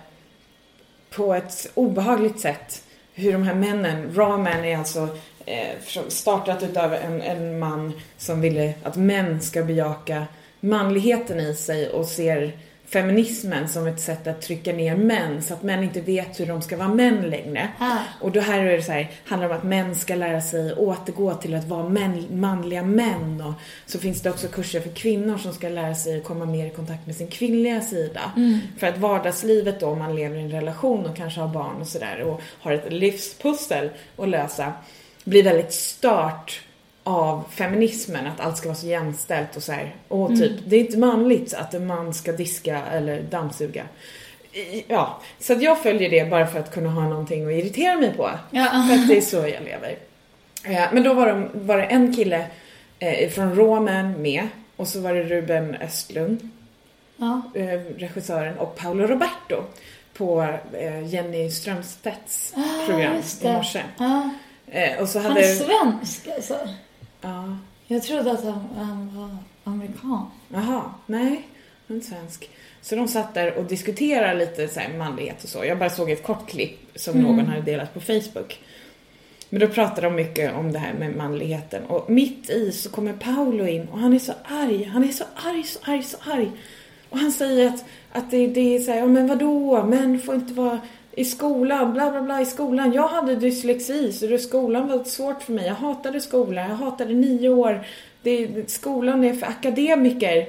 [SPEAKER 1] på ett obehagligt sätt hur de här männen, Rawman är alltså eh, från- startat utav en, en man som ville att män ska bejaka manligheten i sig och ser feminismen som ett sätt att trycka ner män så att män inte vet hur de ska vara män längre.
[SPEAKER 2] Ah.
[SPEAKER 1] Och då här är det så här, handlar det om att män ska lära sig återgå till att vara män, manliga män och så finns det också kurser för kvinnor som ska lära sig att komma mer i kontakt med sin kvinnliga sida.
[SPEAKER 2] Mm.
[SPEAKER 1] För att vardagslivet då om man lever i en relation och kanske har barn och sådär och har ett livspussel att lösa blir väldigt stört av feminismen, att allt ska vara så jämställt och så här. Och typ, det är inte manligt att en man ska diska eller dammsuga. I- Ja, så att jag följer det bara för att kunna ha någonting att irritera mig på.
[SPEAKER 2] Ja.
[SPEAKER 1] För att det är så jag lever. Eh, Men då var, de, var det en kille eh, från Romen med och så var det Ruben Östlund,
[SPEAKER 2] Ja.
[SPEAKER 1] eh, regissören, och Paolo Roberto på eh, Jenny Strömstedts
[SPEAKER 2] Ah,
[SPEAKER 1] program
[SPEAKER 2] just
[SPEAKER 1] i
[SPEAKER 2] det.
[SPEAKER 1] morse.
[SPEAKER 2] Ja.
[SPEAKER 1] Eh, Och så
[SPEAKER 2] Han är
[SPEAKER 1] hade...
[SPEAKER 2] svensk alltså.
[SPEAKER 1] Ja.
[SPEAKER 2] Jag trodde att han, han var amerikan.
[SPEAKER 1] Jaha, nej, han är inte svensk. Så de satt där och diskuterade lite så här manlighet och så. Jag bara såg ett kort klipp som
[SPEAKER 2] Mm.
[SPEAKER 1] någon hade delat på Facebook. Men då pratade de mycket om det här med manligheten och mitt i så kommer Paolo in och han är så arg, han är så arg, så arg, så arg. Och han säger att, att det, det är så här, ja men vadå, män får inte vara i skolan, bla bla bla i skolan. Jag hade dyslexi så det, skolan var svårt för mig. Jag hatade skolan, jag hatade nio år. Det, det- skolan är för akademiker.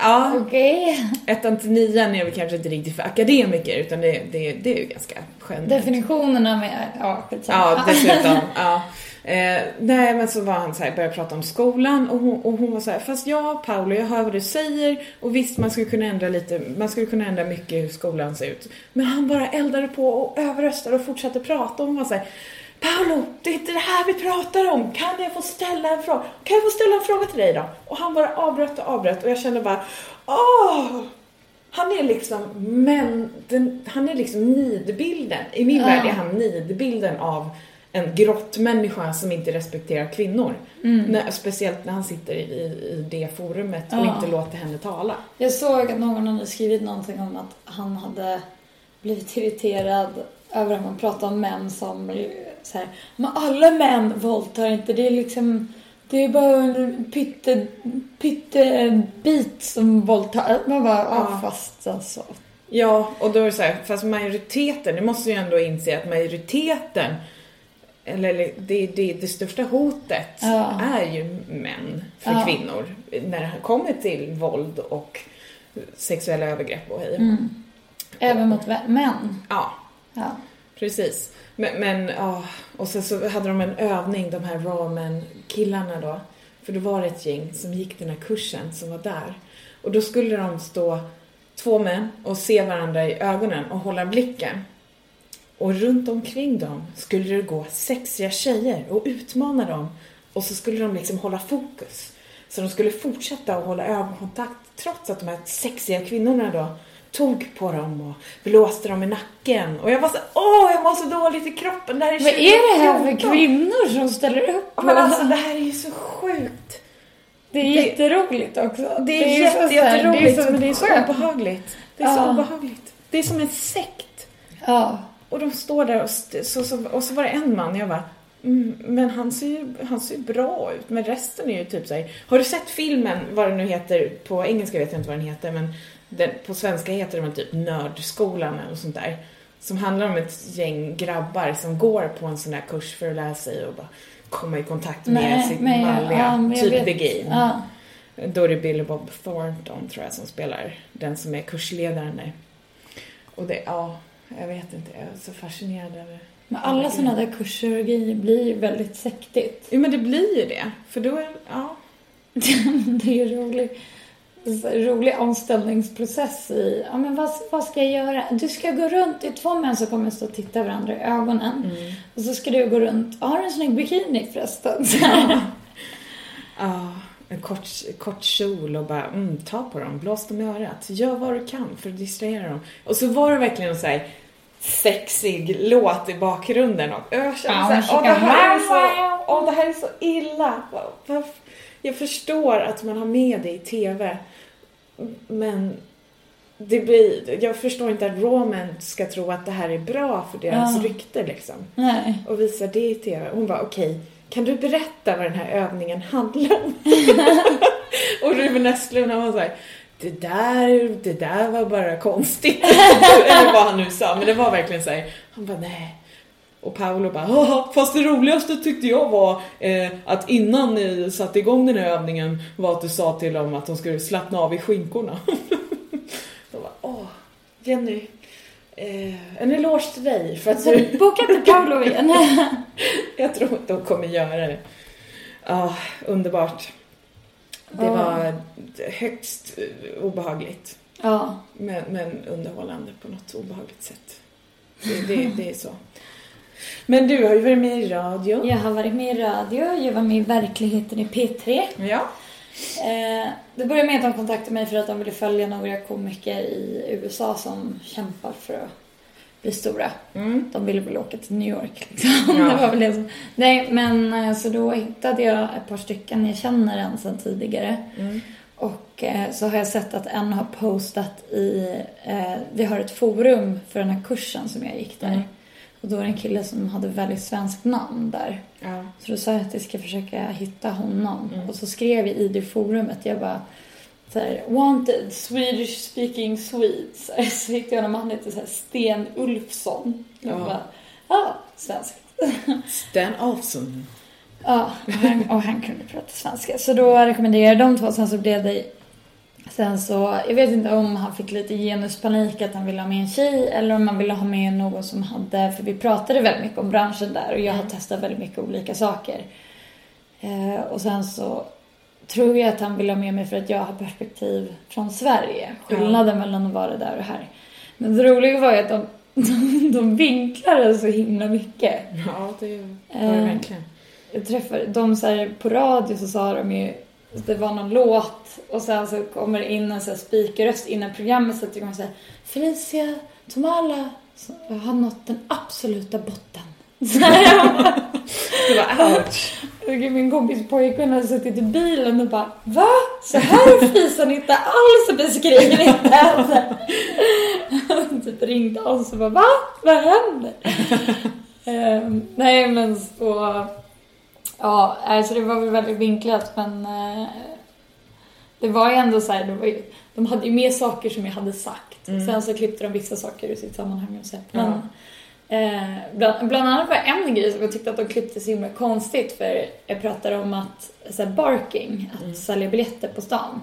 [SPEAKER 1] ja,
[SPEAKER 2] Okej.
[SPEAKER 1] ettan till nian är väl kanske inte riktigt för akademiker utan det, det, det är ju ganska skönt.
[SPEAKER 2] Definitionerna med... Ja, skitsamma.
[SPEAKER 1] Ja, dessutom. ja. Eh, nej, men så var han så här, började prata om skolan och hon, och hon var så här, fast ja, Paolo, jag hör vad du säger och visst, man skulle kunna ändra lite, man skulle kunna ändra mycket hur skolan ser ut. Men han bara eldade på och överröstade och fortsatte prata och hon var så här, Paolo, det är inte det här vi pratar om. Kan jag få ställa en fråga? Kan jag få ställa en fråga till dig då? Och han bara avbröt och avbröt och jag kände bara, åh! Han är liksom men, den, han är liksom nidbilden. I min
[SPEAKER 2] Ja.
[SPEAKER 1] värld är han nidbilden av en grottmänniska som inte respekterar kvinnor.
[SPEAKER 2] Mm.
[SPEAKER 1] När, speciellt när han sitter i, i, i det forumet och
[SPEAKER 2] Ja.
[SPEAKER 1] inte låter henne tala.
[SPEAKER 2] Jag såg att någon hade skrivit någonting om att han hade blivit irriterad över att man pratar om män som så här, men alla män våldtar inte, det är liksom det är bara en pytte, pyttebit som våldtar. Man bara, ja
[SPEAKER 1] Ja.
[SPEAKER 2] fast alltså.
[SPEAKER 1] Ja, och då är det så här, fast majoriteten, du måste ju ändå inse att majoriteten, eller eller det, det, det största hotet
[SPEAKER 2] Ja.
[SPEAKER 1] är ju män för
[SPEAKER 2] Ja.
[SPEAKER 1] kvinnor när det kommer till våld och sexuella övergrepp och hej och hå.
[SPEAKER 2] Mm. Även mot vä- män.
[SPEAKER 1] Ja,
[SPEAKER 2] Ja.
[SPEAKER 1] Precis. Men, men ja, och sen så hade de en övning, de här ramen-killarna då. För då var det ett gäng som gick den här kursen som var där. Och då skulle de stå, två män, och se varandra i ögonen och hålla blicken. Och runt omkring dem skulle det gå sexiga tjejer och utmana dem. Och så skulle de liksom hålla fokus. Så de skulle fortsätta att hålla ögonkontakt trots att de här sexiga kvinnorna då tog på dem och blåste dem i nacken. Och jag var så åh jag mår så dåligt i kroppen, det här är
[SPEAKER 2] Vad är det här för
[SPEAKER 1] 2014."
[SPEAKER 2] kvinnor som ställer upp?
[SPEAKER 1] Ja, Men alltså det här är ju så sjukt.
[SPEAKER 2] det är
[SPEAKER 1] det-
[SPEAKER 2] jätteroligt också.
[SPEAKER 1] Det är,
[SPEAKER 2] ju så
[SPEAKER 1] jätte,
[SPEAKER 2] så här-
[SPEAKER 1] jätteroligt
[SPEAKER 2] som
[SPEAKER 1] men det är så
[SPEAKER 2] skönt.
[SPEAKER 1] obehagligt. Det är så
[SPEAKER 2] Ja.
[SPEAKER 1] obehagligt. Det är som en sekt.
[SPEAKER 2] Ja.
[SPEAKER 1] Och de står där och, st- så, så, och så var det en man, jag bara Mm, men han ser ju han ser ju bra ut, men resten är ju typ såhär, har du sett filmen, vad den nu heter, på engelska vet jag inte vad den heter, men den, på svenska heter den väl typ Nördskolan eller något sånt där. Som handlar om ett gäng grabbar som går på en sån här kurs för att lära sig och bara komma i kontakt med sitt
[SPEAKER 2] men jag-
[SPEAKER 1] manliga,
[SPEAKER 2] ja, men jag
[SPEAKER 1] typ
[SPEAKER 2] vet-
[SPEAKER 1] The Game.
[SPEAKER 2] Ja.
[SPEAKER 1] Då är det Billy Bob Thornton tror jag som spelar den som är kursledaren där. Och det, ja, jag vet inte, jag är så fascinerad över
[SPEAKER 2] Men alla sådana där kurser och grejer blir ju väldigt sektigt. <laughs>
[SPEAKER 1] Jo men det blir ju det, för då är, ja.
[SPEAKER 2] Det är ju rolig, så här rolig omställningsprocess i, ja men vad, vad ska jag göra? Du ska gå runt, det är två män som kommer stå och titta varandra i ögonen.
[SPEAKER 1] Mm. <laughs>
[SPEAKER 2] Och så ska du gå runt, har du en snygg bikini förresten? <laughs> Så här.
[SPEAKER 1] Ja, en kort, kort kjol och bara, mm, ta på dem, blås dem i örat, gör vad du kan för att distrahera dem. Och så var det verkligen så här sexig låt i bakgrunden och jag kände
[SPEAKER 2] Ja,
[SPEAKER 1] så här,
[SPEAKER 2] men
[SPEAKER 1] åh det här är
[SPEAKER 2] kika-
[SPEAKER 1] så, åh det här är så illa. Va- va- Jag förstår att man har med det i TV, men det blir, jag förstår inte att Roman ska tro att det här är bra för deras
[SPEAKER 2] Ja.
[SPEAKER 1] rykte liksom.
[SPEAKER 2] Nej.
[SPEAKER 1] och visar det i TV. Hon bara, okej, kan du berätta vad den här övningen handlar om? <laughs> Och Ruben Östlund han var såhär, det där, det där var bara konstigt. <laughs> Eller vad han nu sa, men det var verkligen såhär, han bara nej. Och Paolo bara, "Haha, fast det roligaste tyckte jag var eh, att innan ni satte igång den här övningen var att du sa till dem att de skulle slappna av i skinkorna. <laughs> de bara, åh, Jenny, eh, en eloge till dig för
[SPEAKER 2] <laughs>
[SPEAKER 1] att
[SPEAKER 2] Så
[SPEAKER 1] du
[SPEAKER 2] boka inte Paolo igen. <laughs>
[SPEAKER 1] jag tror att de kommer göra det. Ja, underbart. <laughs> Det
[SPEAKER 2] Ja.
[SPEAKER 1] var högst eh, obehagligt.
[SPEAKER 2] ja.
[SPEAKER 1] Men, men underhållande på något obehagligt sätt. Det,
[SPEAKER 2] Mm.
[SPEAKER 1] det, det är så. Men du har ju varit med i radio.
[SPEAKER 2] Jag har varit med i radio, jag var med i Verkligheten i P3.
[SPEAKER 1] Ja.
[SPEAKER 2] Eh, det började med att de kontaktade mig för att de ville följa några komiker i USA som kämpar för att bli stora.
[SPEAKER 1] Mm.
[SPEAKER 2] De ville väl åka till New York liksom. <laughs>
[SPEAKER 1] Ja.
[SPEAKER 2] Det var väl det som... Nej, men eh, så då hittade jag ett par stycken jag känner än sedan tidigare.
[SPEAKER 1] Mm.
[SPEAKER 2] Och eh, så har jag sett att en har postat i... Eh, vi har ett forum för den här kursen som jag gick där.
[SPEAKER 1] Mm.
[SPEAKER 2] Och då var det en kille som hade väldigt svenskt namn där.
[SPEAKER 1] Ja.
[SPEAKER 2] Så då sa jag att jag ska försöka hitta honom.
[SPEAKER 1] Mm.
[SPEAKER 2] Och så skrev jag i det forumet, jag bara så här, wanted, Swedish speaking Swedes. <laughs> Så, här, så hittade jag honom, han heter så här Sten Ulfsson. Jag
[SPEAKER 1] Ja.
[SPEAKER 2] bara, ja, svensk.
[SPEAKER 1] Stan Olsson.
[SPEAKER 2] Ja, och han, och han kunde prata svenska. Så då rekommenderade jag de två, sen så blev det Sen så, jag vet inte om han fick lite genuspanik att han ville ha med en tjej eller om han ville ha med någon som hade, för vi pratade väldigt mycket om branschen där och jag har
[SPEAKER 1] Mm.
[SPEAKER 2] testat väldigt mycket olika saker. Eh, och sen så tror jag att han ville ha med mig för att jag har perspektiv från Sverige. Skillnaden mellan att vara där och här. Men det roliga var ju att de, <laughs> de, de vinklade så himla mycket.
[SPEAKER 1] Ja, det var det
[SPEAKER 2] Eh.
[SPEAKER 1] verkligen.
[SPEAKER 2] Jag träffade de så här, på radio så sa de ju det var någon låt och sen så kommer det in en så här speakerröst innan programmet så att det kommer säga Felicia Tomala så- har nått den absoluta botten. <laughs> Så här,
[SPEAKER 1] Det var ouch.
[SPEAKER 2] och min kompis pojkvän hade suttit i bilen och bara Va? Så här är Fisan inte alls beskriven inte. Han <laughs> typ ringde oss och bara Va?
[SPEAKER 1] <laughs>
[SPEAKER 2] Vad händer? Ehm, nej men så Ja, alltså det var väl väldigt vinklat men eh, det var ju ändå så här, det var ju, de hade ju mer saker som jag hade sagt.
[SPEAKER 1] Mm.
[SPEAKER 2] Sen så klippte de vissa saker ur sitt sammanhang och så. här. Men,
[SPEAKER 1] Ja.
[SPEAKER 2] eh, bland, bland annat var det en grej som jag tyckte att de klippte så himla konstigt för jag pratade om att så här, barking, att
[SPEAKER 1] Mm.
[SPEAKER 2] sälja biljetter på stan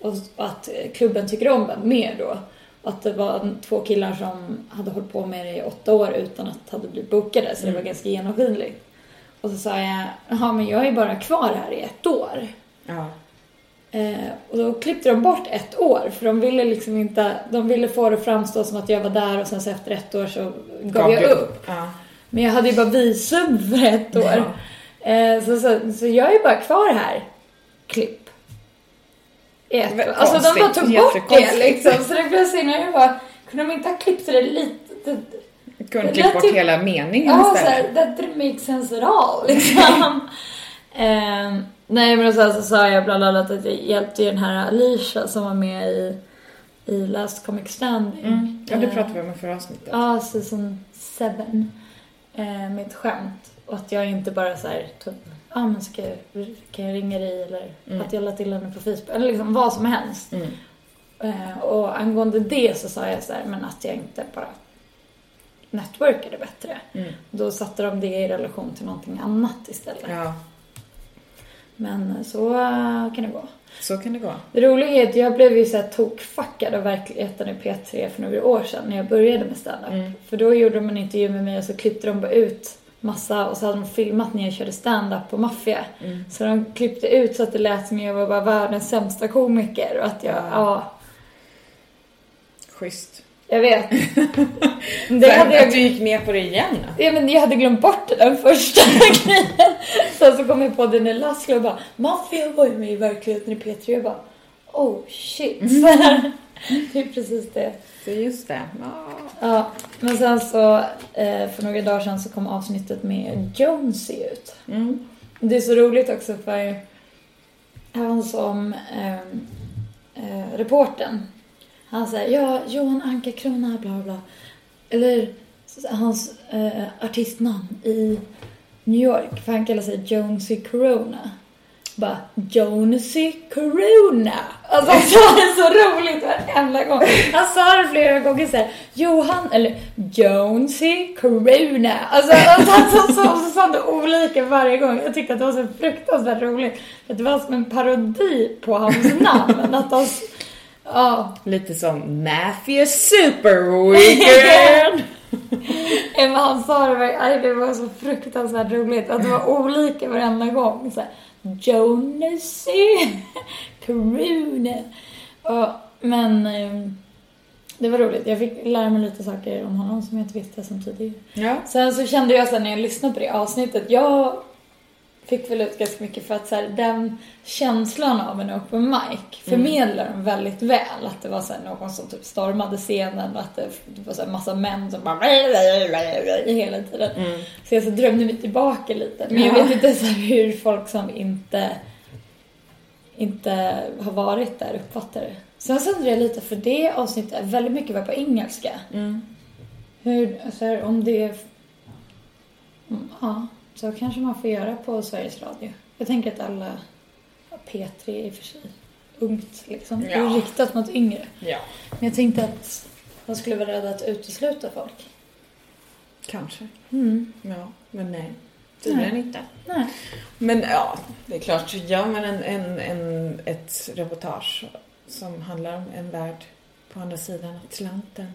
[SPEAKER 2] och, och att eh, klubben tycker om den mer då. Och Att det var en- två killar som hade hållit på med det i åtta år utan att hade blivit bokade så det var
[SPEAKER 1] Mm.
[SPEAKER 2] ganska genomskinligt. Och så sa jag, jaha men jag är bara kvar här i ett år.
[SPEAKER 1] Ja.
[SPEAKER 2] Eh, och då klippte de bort ett år för de ville liksom inte, de ville få det att framstå som att jag var där och sen så efter ett år så gav jag upp.
[SPEAKER 1] Ja.
[SPEAKER 2] Men jag hade ju bara visum för ett år. Eh, så, så, så jag är bara kvar här. Klipp. I ett
[SPEAKER 1] Väldigt
[SPEAKER 2] år. Alltså de bara
[SPEAKER 1] konstigt.
[SPEAKER 2] tog bort det
[SPEAKER 1] Jättekonstigt.
[SPEAKER 2] liksom. Så det blev så himla, jag bara, kunde de inte ha klippt det lite?
[SPEAKER 1] Ja. Kunde
[SPEAKER 2] Det
[SPEAKER 1] klippa
[SPEAKER 2] lät
[SPEAKER 1] bort
[SPEAKER 2] typ-
[SPEAKER 1] hela meningen
[SPEAKER 2] Ja, så
[SPEAKER 1] istället.
[SPEAKER 2] här, that didn't make sense at all <laughs> liksom. eh, nej men sen så sa jag bland annat att jag hjälpte ju den här Alicia som var med i, i Last Comic Standing.
[SPEAKER 1] Mm. Ja, det
[SPEAKER 2] Eh,
[SPEAKER 1] pratade vi om i förra avsnittet.
[SPEAKER 2] Ja, season 7. Eh, med ett skämt. Och att jag inte bara så här, typ, ja ah, men ska jag, kan jag ringa dig eller
[SPEAKER 1] Mm.
[SPEAKER 2] att jag la till henne på Facebook. Eller liksom vad som helst.
[SPEAKER 1] Mm.
[SPEAKER 2] Eh, och angående det så sa jag så här, men att jag inte bara networkade bättre.
[SPEAKER 1] Mm.
[SPEAKER 2] Då satte de det i relation till någonting annat istället.
[SPEAKER 1] Ja,
[SPEAKER 2] Men eh, så eh, kan det gå.
[SPEAKER 1] så kan det gå.
[SPEAKER 2] Det roliga är att jag blev ju så här tokfuckad av verkligheten i P3 för några år sedan när jag började med standup.
[SPEAKER 1] Mm.
[SPEAKER 2] För då gjorde de en intervju med mig och så klippte de bara ut massa och så hade de filmat när jag körde standup på Mafia.
[SPEAKER 1] Mm.
[SPEAKER 2] Så de klippte ut så att det lät som jag var bara världens sämsta komiker och att jag,
[SPEAKER 1] Ja.
[SPEAKER 2] ja,
[SPEAKER 1] Schysst.
[SPEAKER 2] jag vet.
[SPEAKER 1] Det
[SPEAKER 2] Det hade
[SPEAKER 1] hade
[SPEAKER 2] jag
[SPEAKER 1] att du gick med på det igen.
[SPEAKER 2] Ja, men jag hade glömt bort det den första <laughs> grejen. Sen så kom jag på det när Laszlo bara “Mafia var ju med i verkligheten i P3” jag bara “Oh shit”. <laughs> det är precis det.
[SPEAKER 1] Så just det. Ja.
[SPEAKER 2] Ja, men sen så eh, för några dagar sedan så kom avsnittet med Jonesy ut.
[SPEAKER 1] Mm.
[SPEAKER 2] Det är så roligt också för han som eh, eh, reportern. Han säger ja, Johan Ankarkrona bla bla. Eller s- hans eh, artistnamn i New York. För han kallar sig Jonesy Corona. bara Jonesy Corona. Alltså <laughs> han sa det så roligt varenda gång. Han sa det flera gånger såhär, Johan, eller Jonesy Corona. Alltså han sa så, så, så, sa det olika varje gång. Jag tyckte att det var så fruktansvärt roligt. För det var som en parodi på hans namn. Att han, ja.
[SPEAKER 1] Lite som Mafia Super Weekend.
[SPEAKER 2] Men han sa det, var, aj, det var så fruktansvärt roligt. Att det var olika varenda gång. Så här, Jonasy <laughs> Corona. Ja, men eh, det var roligt. Jag fick lära mig lite saker om honom som jag inte visste sen tidigare.
[SPEAKER 1] <laughs> Ja.
[SPEAKER 2] Sen så kände jag sen när jag lyssnade på det avsnittet, jag fick väl ut ganska mycket för att så här, den känslan av en open mic förmedlar de väldigt väl. Att det var så här, någon som typ stormade scenen och att det, det var så här, massa män som bara hela tiden.
[SPEAKER 1] Mm,
[SPEAKER 2] Så jag så drömde mig tillbaka lite. Men jag
[SPEAKER 1] Ja.
[SPEAKER 2] vet inte så här, hur folk som inte inte har varit där uppfattar det. Sen så undrar jag lite, för det avsnittet, väldigt mycket var på engelska.
[SPEAKER 1] mm.
[SPEAKER 2] Hur, så här, om det... Mm, Ja, så kanske man får göra på Sveriges Radio. Jag tänker att alla... ja, P3 i och för sig. Ungt liksom. Det är ju
[SPEAKER 1] Ja.
[SPEAKER 2] riktat mot yngre.
[SPEAKER 1] Ja,
[SPEAKER 2] Men jag tänkte att de skulle vara rädda att utesluta folk.
[SPEAKER 1] kanske.
[SPEAKER 2] Mm.
[SPEAKER 1] Ja, men nej. Tydligen inte.
[SPEAKER 2] Nej.
[SPEAKER 1] Men ja, det är klart. så Gör man en, en, en, ett reportage som handlar om en värld på andra sidan Atlanten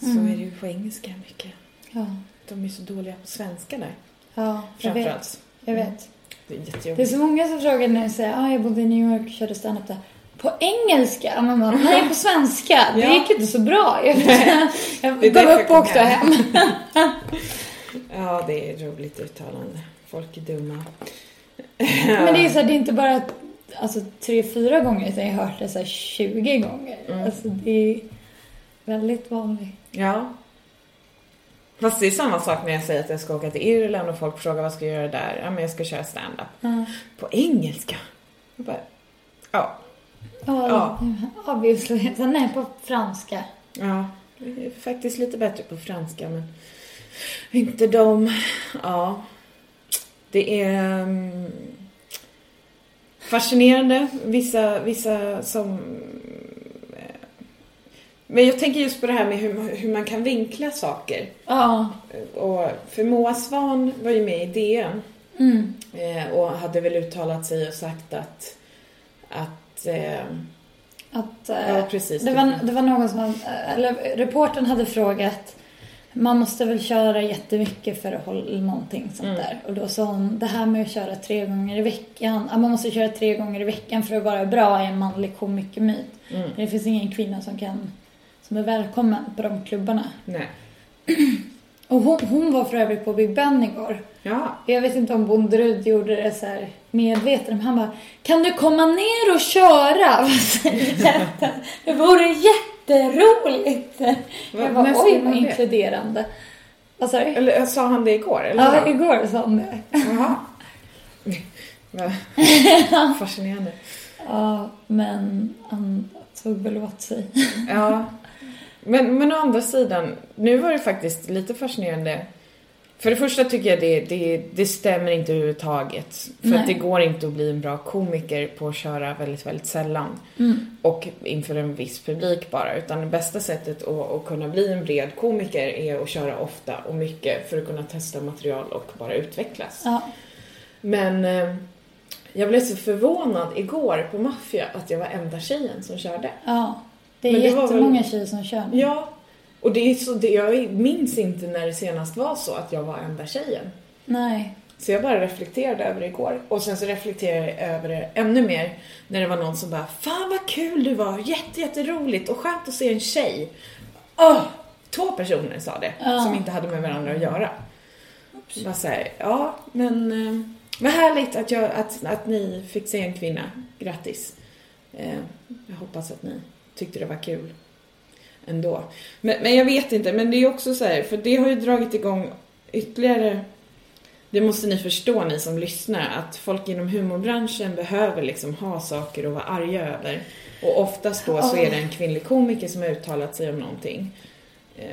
[SPEAKER 1] så
[SPEAKER 2] Mm.
[SPEAKER 1] är det ju på engelska mycket.
[SPEAKER 2] Ja.
[SPEAKER 1] De är så dåliga på svenska där,
[SPEAKER 2] Ja, jag vet.
[SPEAKER 1] framförallt. Mm.
[SPEAKER 2] Jag vet.
[SPEAKER 1] Det är
[SPEAKER 2] Det är
[SPEAKER 1] jättejobbigt.
[SPEAKER 2] så många som frågar när jag säger ah, jag bodde i New York och körde stand-up där. På engelska? Och Man bara, nej på svenska. Det
[SPEAKER 1] Ja.
[SPEAKER 2] gick inte så bra. Jag, <laughs> jag
[SPEAKER 1] Det är
[SPEAKER 2] gav
[SPEAKER 1] därför
[SPEAKER 2] upp
[SPEAKER 1] jag
[SPEAKER 2] och
[SPEAKER 1] kom
[SPEAKER 2] åkte hem.
[SPEAKER 1] <laughs> Ja, det är ett roligt uttalande. Folk är dumma.
[SPEAKER 2] Men det är så här, det är inte bara alltså, tre, fyra gånger utan jag har hört det så här 20 gånger.
[SPEAKER 1] Mm.
[SPEAKER 2] Alltså det är väldigt vanligt.
[SPEAKER 1] Ja. Fast det är samma sak när jag säger att jag ska åka till Irland och folk frågar vad ska jag göra där? Ja, men jag ska köra stand-up.
[SPEAKER 2] Ja,
[SPEAKER 1] På engelska? Jag bara, ja.
[SPEAKER 2] ja.
[SPEAKER 1] Ja.
[SPEAKER 2] obviously. Så, nej, på franska.
[SPEAKER 1] Ja. Jag är faktiskt lite bättre på franska, men inte de. Ja. Det är mm, fascinerande. Vissa, vissa som... eh, Men jag tänker just på det här med hur, hur man kan vinkla saker.
[SPEAKER 2] Ja.
[SPEAKER 1] Och, för Moa Svan var ju med i DN
[SPEAKER 2] Mm.
[SPEAKER 1] eh, och hade väl uttalat sig och sagt att... att eh,
[SPEAKER 2] Att, eh,
[SPEAKER 1] ja, precis.
[SPEAKER 2] Det var, det var någon som, eh, eller reportern hade frågat man måste väl köra jättemycket för att hålla någonting sånt
[SPEAKER 1] Mm.
[SPEAKER 2] där. Och då sa hon, det här med att köra tre gånger i veckan, ja, man måste köra tre gånger i veckan för att vara bra i en manlig komikermyt.
[SPEAKER 1] Mm,
[SPEAKER 2] Det finns ingen kvinna som kan, som är välkommen på de klubbarna.
[SPEAKER 1] nej.
[SPEAKER 2] Och hon, hon var för övrigt på Big Ben igår.
[SPEAKER 1] Ja.
[SPEAKER 2] Jag vet inte om Bonderud gjorde det så här medvetet, men han bara Kan du komma ner och köra? <laughs> Vad säger detta? Det vore jätteroligt! Jag bara,
[SPEAKER 1] när ska
[SPEAKER 2] oj
[SPEAKER 1] man
[SPEAKER 2] vad
[SPEAKER 1] det?
[SPEAKER 2] inkluderande. Vad sa du?
[SPEAKER 1] Eller eh, sa han det igår? Eller?
[SPEAKER 2] Ja, igår sa hon det.
[SPEAKER 1] Jaha. Va?
[SPEAKER 2] <laughs>
[SPEAKER 1] Fascinerande.
[SPEAKER 2] Ja, men han tog väl åt sig.
[SPEAKER 1] Ja. Men, men å andra sidan, nu var det faktiskt lite fascinerande. För det första tycker jag det, det, det stämmer inte överhuvudtaget. För
[SPEAKER 2] Nej.
[SPEAKER 1] att det går inte att bli en bra komiker på att köra väldigt, väldigt sällan.
[SPEAKER 2] Mm.
[SPEAKER 1] och inför en viss publik bara. Utan det bästa sättet att, att kunna bli en bred komiker är att köra ofta och mycket för att kunna testa material och bara utvecklas.
[SPEAKER 2] Ja.
[SPEAKER 1] Men eh, jag blev så förvånad igår på Mafia att jag var enda tjejen som körde.
[SPEAKER 2] ja. Det är
[SPEAKER 1] Men det var väl-
[SPEAKER 2] jättemånga tjejer som kör nu.
[SPEAKER 1] Ja, och det är så, det, jag minns inte när det senast var så att jag var enda tjejen.
[SPEAKER 2] Nej.
[SPEAKER 1] Så jag bara reflekterade över det igår. Och sen så reflekterade jag över det ännu mer när det var någon som bara Fan vad kul du var, jätte, jätteroligt och skönt att se en tjej. Åh! Två personer sa det,
[SPEAKER 2] Ja.
[SPEAKER 1] som inte hade med varandra att göra. Det var så här, ja men eh, vad härligt att, jag, att, att ni fick se en kvinna. Grattis. Eh, jag hoppas att ni tyckte det var kul ändå. Men, men jag vet inte, men det är också så här, för det har ju dragit igång ytterligare det måste ni förstå ni som lyssnar att folk inom humorbranschen behöver liksom ha saker att vara arga över. Och oftast då så är det en kvinnlig komiker som har uttalat sig om någonting. Eh,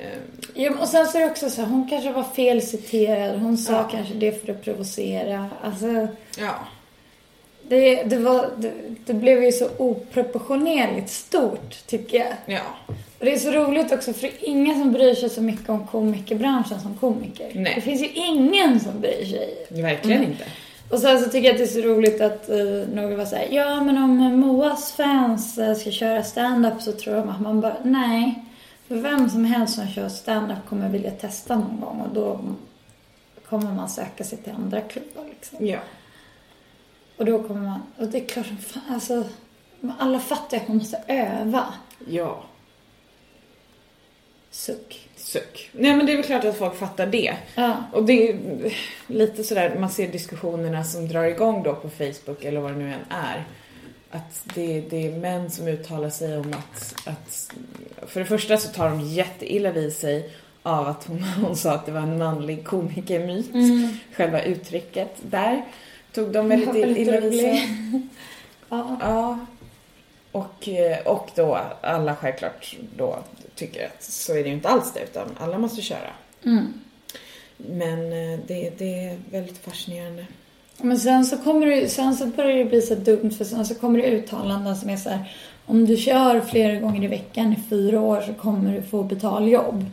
[SPEAKER 2] Ja, men och sen så är det också så här, hon kanske var felciterad. Hon sa
[SPEAKER 1] Ja.
[SPEAKER 2] kanske det för att provocera. Alltså,
[SPEAKER 1] ja.
[SPEAKER 2] Det, det, var, det, det blev ju så oproportionerligt stort, tycker jag.
[SPEAKER 1] Ja.
[SPEAKER 2] Och det är så roligt också, för det är ingen som bryr sig så mycket om komikerbranschen som komiker.
[SPEAKER 1] Nej.
[SPEAKER 2] Det finns ju ingen som bryr sig.
[SPEAKER 1] Verkligen
[SPEAKER 2] Mm.
[SPEAKER 1] inte.
[SPEAKER 2] Och sen så tycker jag att det är så roligt att eh, några var såhär, ja men om Moas fans eh, ska köra stand-up så tror de att man bara, nej. För vem som helst som kör stand-up kommer vilja testa någon gång och då kommer man söka sig till andra klubbar liksom.
[SPEAKER 1] Ja.
[SPEAKER 2] Och då kommer man, och det är klart som fan, alltså alla fattar ju att man måste öva.
[SPEAKER 1] Ja.
[SPEAKER 2] Suck.
[SPEAKER 1] Suck. Nej men det är väl klart att folk fattar det.
[SPEAKER 2] Ja.
[SPEAKER 1] Och det är ju lite sådär, man ser diskussionerna som drar igång då på Facebook eller vad det nu än är. Att det, det är män som uttalar sig om att, att... För det första så tar de jätteilla vid sig av att hon, <laughs> hon sa att det var en manlig komikermyt.
[SPEAKER 2] Mm.
[SPEAKER 1] Själva uttrycket där tog de väldigt
[SPEAKER 2] Jag var
[SPEAKER 1] ill-
[SPEAKER 2] lite
[SPEAKER 1] illa vid sig.
[SPEAKER 2] rolig. <laughs> ja.
[SPEAKER 1] Ja. Och, eh, och då alla självklart då tycker att så är det ju inte alls det utan alla måste köra.
[SPEAKER 2] Mm.
[SPEAKER 1] Men eh, det, det är väldigt fascinerande.
[SPEAKER 2] Men sen så, kommer det, sen så börjar det bli så dumt för sen så kommer det uttalanden som är så här. Om du kör flera gånger i veckan i fyra år så kommer du få betaljobb.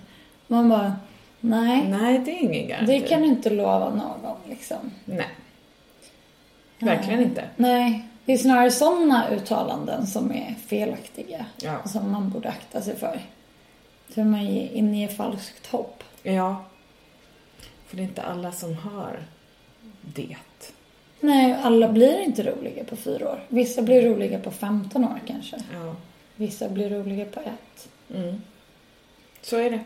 [SPEAKER 2] Man bara, nej.
[SPEAKER 1] Nej, det är ingen garanti.
[SPEAKER 2] Det kan du inte lova någon liksom.
[SPEAKER 1] Nej. Verkligen
[SPEAKER 2] Nej.
[SPEAKER 1] inte.
[SPEAKER 2] Nej. Det är snarare sådana uttalanden som är felaktiga.
[SPEAKER 1] Ja.
[SPEAKER 2] Som man borde akta sig för. För man är inne i falskt hopp.
[SPEAKER 1] ja. För det är inte alla som har det.
[SPEAKER 2] Nej, alla blir inte roliga på fyra år. Vissa blir roliga på 15 år kanske.
[SPEAKER 1] Ja.
[SPEAKER 2] Vissa blir roliga på ett.
[SPEAKER 1] Mm. Så är det.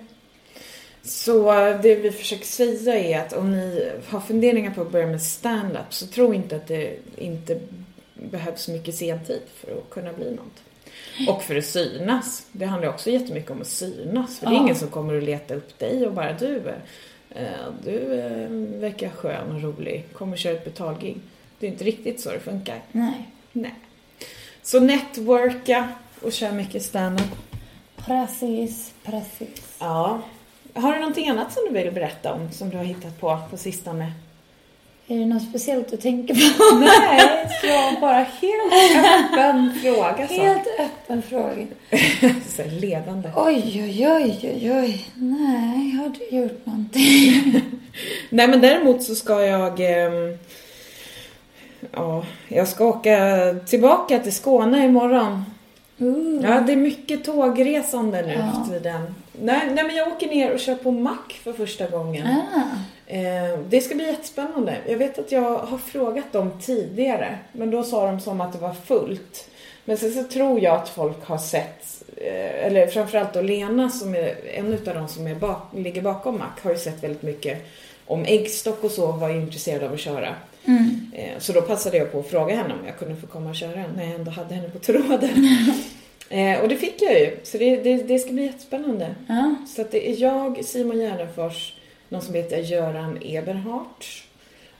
[SPEAKER 1] Så eh, det vi försöker säga är att om ni har funderingar på att börja med stand-up så tro inte att det inte behövs mycket sentid för att kunna bli något. Och för att synas. Det handlar också jättemycket om att synas. För det är
[SPEAKER 2] Ja.
[SPEAKER 1] ingen som kommer att leta upp dig och bara du, eh, du eh, verkar skön och rolig, kommer köra ett betalgig. Det är inte riktigt så det funkar.
[SPEAKER 2] Nej.
[SPEAKER 1] Så networka och kör mycket stand-up.
[SPEAKER 2] Precis, precis.
[SPEAKER 1] Ja. Har du någonting annat som du vill berätta om som du har hittat på på sistone?
[SPEAKER 2] Är det något speciellt du tänker på? <laughs>
[SPEAKER 1] Nej, jag bara helt öppen fråga så.
[SPEAKER 2] Helt öppen fråga.
[SPEAKER 1] så här ledande.
[SPEAKER 2] Oj, oj, oj, oj, oj. Nej, har du gjort någonting?
[SPEAKER 1] Nej men däremot så ska jag ehm, Ja, jag ska åka tillbaka till Skåne imorgon.
[SPEAKER 2] Ooh.
[SPEAKER 1] Ja, det är mycket tågresande nu
[SPEAKER 2] Ja.
[SPEAKER 1] för tiden. Nej, nej, men jag åker ner och kör på mack för första gången.
[SPEAKER 2] Ah.
[SPEAKER 1] Eh, det ska bli jättespännande. Jag vet att jag har frågat dem tidigare, men då sa de som att det var fullt. Men sen så tror jag att folk har sett, eh, eller framförallt då Lena som är en utav de som är bak, ligger bakom Mac har ju sett väldigt mycket om äggstock och så och var ju intresserad av att köra.
[SPEAKER 2] Mm.
[SPEAKER 1] Eh, Så då passade jag på att fråga henne om jag kunde få komma och köra när jag ändå hade henne på tråden. Eh, och det fick jag ju, så det, det, det ska bli jättespännande.
[SPEAKER 2] Ja.
[SPEAKER 1] Så att det är jag, Simon Gärdenfors, någon som heter Göran Eberhardt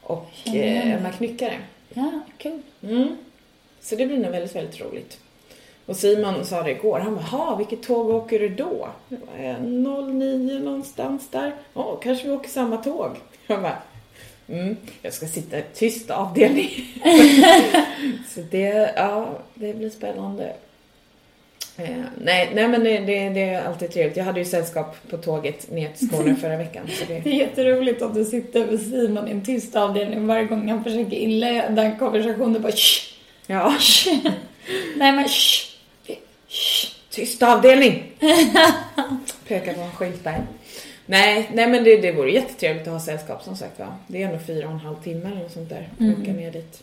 [SPEAKER 1] och eh, Emma Knyckare.
[SPEAKER 2] ja, kul.
[SPEAKER 1] Mm. Så det blir nog väldigt, väldigt roligt. Och Simon sa det igår, han bara, "Ha, vilket tåg åker du då? Jag bara, "Eh, 09 någonstans där. Ja, kanske vi åker samma tåg. Jag bara, mm, jag ska sitta i tyst avdelning. <laughs> Så det, ja, det blir spännande. Eh, nej, nej, men det, det, det är alltid trevligt. Jag hade ju sällskap på tåget ner till Skåne förra veckan. Så det,
[SPEAKER 2] Det är jätteroligt att du sitter med Simon i en tyst avdelning varje gång han försöker inleda en konversation. Du bara shh,
[SPEAKER 1] ja,
[SPEAKER 2] shh. Nej men shh. shh.
[SPEAKER 1] Tyst avdelning! Pekar på en skylt där. Nej, nej men det, det vore jättetrevligt att ha sällskap som sagt va. Det är ändå fyra och en halv timme eller något sånt där.
[SPEAKER 2] Mm.
[SPEAKER 1] Åka ner dit.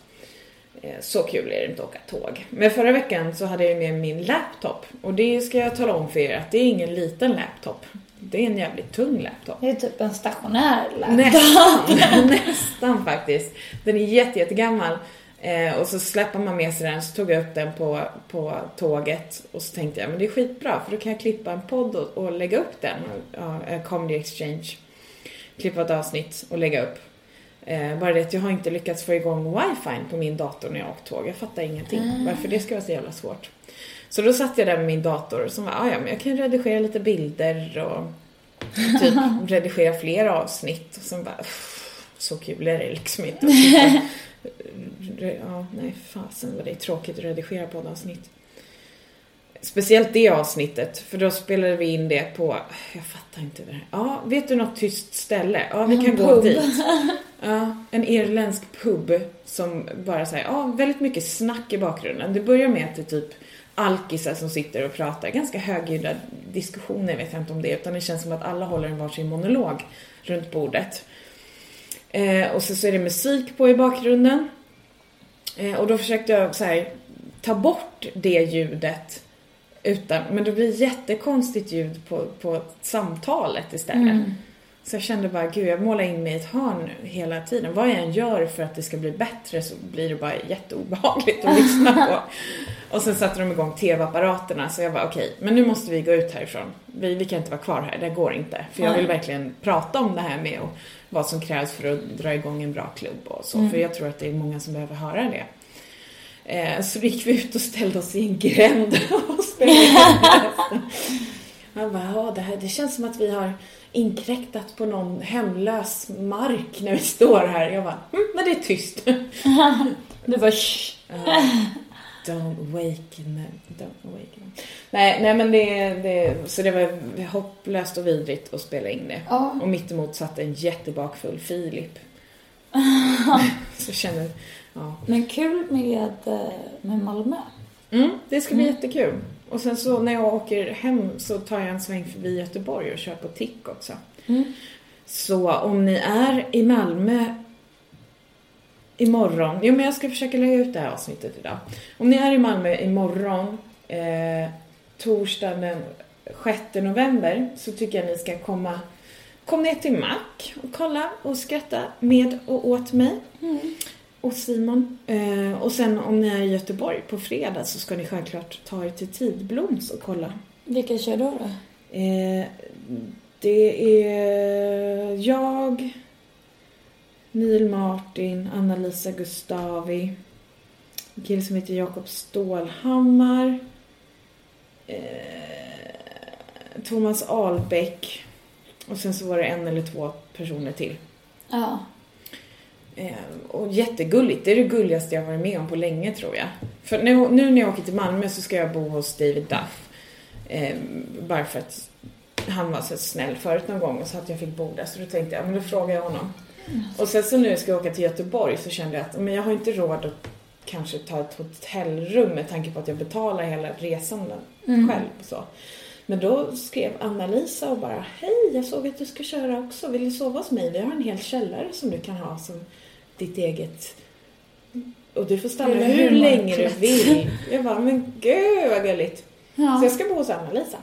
[SPEAKER 1] Eh, Så kul är det inte att åka tåg. Men förra veckan så hade jag med min laptop. Och det ska jag tala om för er att det är ingen liten laptop. Det är en jävligt tung laptop.
[SPEAKER 2] Det är typ en stationär
[SPEAKER 1] <laughs> Nästan, nästan faktiskt. Den är jätte, jättegammal. Eh, och så släpper man med sig den, så tog jag upp den på, på tåget och så tänkte jag, men det är skitbra för då kan jag klippa en podd och, och lägga upp den. Ja, eh, Comedy Exchange. Klippa ett avsnitt och lägga upp. Eh, bara det att jag har inte lyckats få igång wifi på min dator när jag har åkt tåg. Jag fattar ingenting. Varför det ska vara så jävla svårt. Så då satt jag där med min dator som var, "Ah, ja men jag kan redigera lite bilder och typ redigera fler avsnitt och sen bara "Pff, så kul är det liksom inte. Och så
[SPEAKER 2] <laughs>
[SPEAKER 1] Re- Ja, nej fasen vad det är tråkigt att redigera poddavsnitt. Speciellt det avsnittet, för då spelade vi in det på, jag fattar inte det här. Ja, vet du något tyst ställe? Ja, vi
[SPEAKER 2] En
[SPEAKER 1] kan gå
[SPEAKER 2] pub. <laughs>
[SPEAKER 1] dit. Ja, en irländsk pub som bara säger, ja, väldigt mycket snack i bakgrunden. Det börjar med att det är typ alkisar som sitter och pratar, ganska högljudda diskussioner vet jag inte om det är, utan det känns som att alla håller en varsin monolog runt bordet. Eh, och så, så är det musik på i bakgrunden. Eh, och då försökte jag så här, ta bort det ljudet. Utan, men det blir jättekonstigt ljud på, på samtalet istället.
[SPEAKER 2] Mm.
[SPEAKER 1] Så jag kände bara, gud jag målar in mig i ett hörn hela tiden. Vad jag än gör för att det ska bli bättre så blir det bara jätteobehagligt att lyssna på. Och sen satte de igång TV-apparaterna så jag bara, okej, men nu måste vi gå ut härifrån. Vi, vi kan inte vara kvar här, det här går inte. För jag vill
[SPEAKER 2] Nej.
[SPEAKER 1] verkligen prata om det här med och vad som krävs för att dra igång en bra klubb och så.
[SPEAKER 2] Mm.
[SPEAKER 1] För jag tror att det är många som behöver höra det. Eh, så gick vi ut och ställde oss i en gränd <laughs> och spelade in Man bara, ja, det, här, det känns som att vi har inkräktat på någon hemlös mark när vi står här. Jag bara, hm, men det är tyst. <laughs>
[SPEAKER 2] Du bara Shh.
[SPEAKER 1] Ja. don't awaken them, don't awaken them. Nej, nej men det, det, så det var hopplöst och vidrigt att spela in det.
[SPEAKER 2] Ja.
[SPEAKER 1] Och mittemot satt en jättebakfull Filip. så kände, ja.
[SPEAKER 2] Men kul med, eh, med Malmö.
[SPEAKER 1] Mm, det ska bli jättekul. Och sen så när jag åker hem så tar jag en sväng förbi Göteborg och kör på Tick också.
[SPEAKER 2] Mm.
[SPEAKER 1] Så om ni är i Malmö imorgon, jo men jag ska försöka lägga ut det här avsnittet idag. Om ni är i Malmö imorgon, eh, torsdagen den 6 november, så tycker jag ni ska komma Kom ner till Mac och kolla och skratta med och åt mig Mm. och Simon. Eh, och sen om ni är i Göteborg på fredag så ska ni självklart ta er till Tidbloms och kolla.
[SPEAKER 2] Vilka kör då? då?
[SPEAKER 1] Eh, det är jag, Neil Martin, Anna-Lisa Gustavi, en kille som heter Jakob Stålhammar, eh, Thomas Ahlbäck och sen så var det en eller två personer till.
[SPEAKER 2] Ja.
[SPEAKER 1] Eh, Och jättegulligt. Det är det gulligaste jag varit med om på länge tror jag. För nu, nu när jag åker till Malmö så ska jag bo hos David Duff. Eh, bara för att han var så snäll förut någon gång och så att jag fick bo där. Så då tänkte jag, men då frågar jag honom. Och sen så nu ska jag åka till Göteborg så kände jag att men jag har inte råd att kanske ta ett hotellrum med tanke på att jag betalar hela resan
[SPEAKER 2] Mm.
[SPEAKER 1] själv. Och så. Men då skrev Anna-Lisa och bara Hej, jag såg att du ska köra också. Vill du sova hos mig? Vi har en hel källare som du kan ha som ditt eget. Och du får stanna
[SPEAKER 2] Lilla
[SPEAKER 1] hur länge du
[SPEAKER 2] humorplats."
[SPEAKER 1] vill. <laughs> Jag bara, men gud vad gulligt. Så jag
[SPEAKER 2] Ja.
[SPEAKER 1] ska bo hos Anna-Lisa.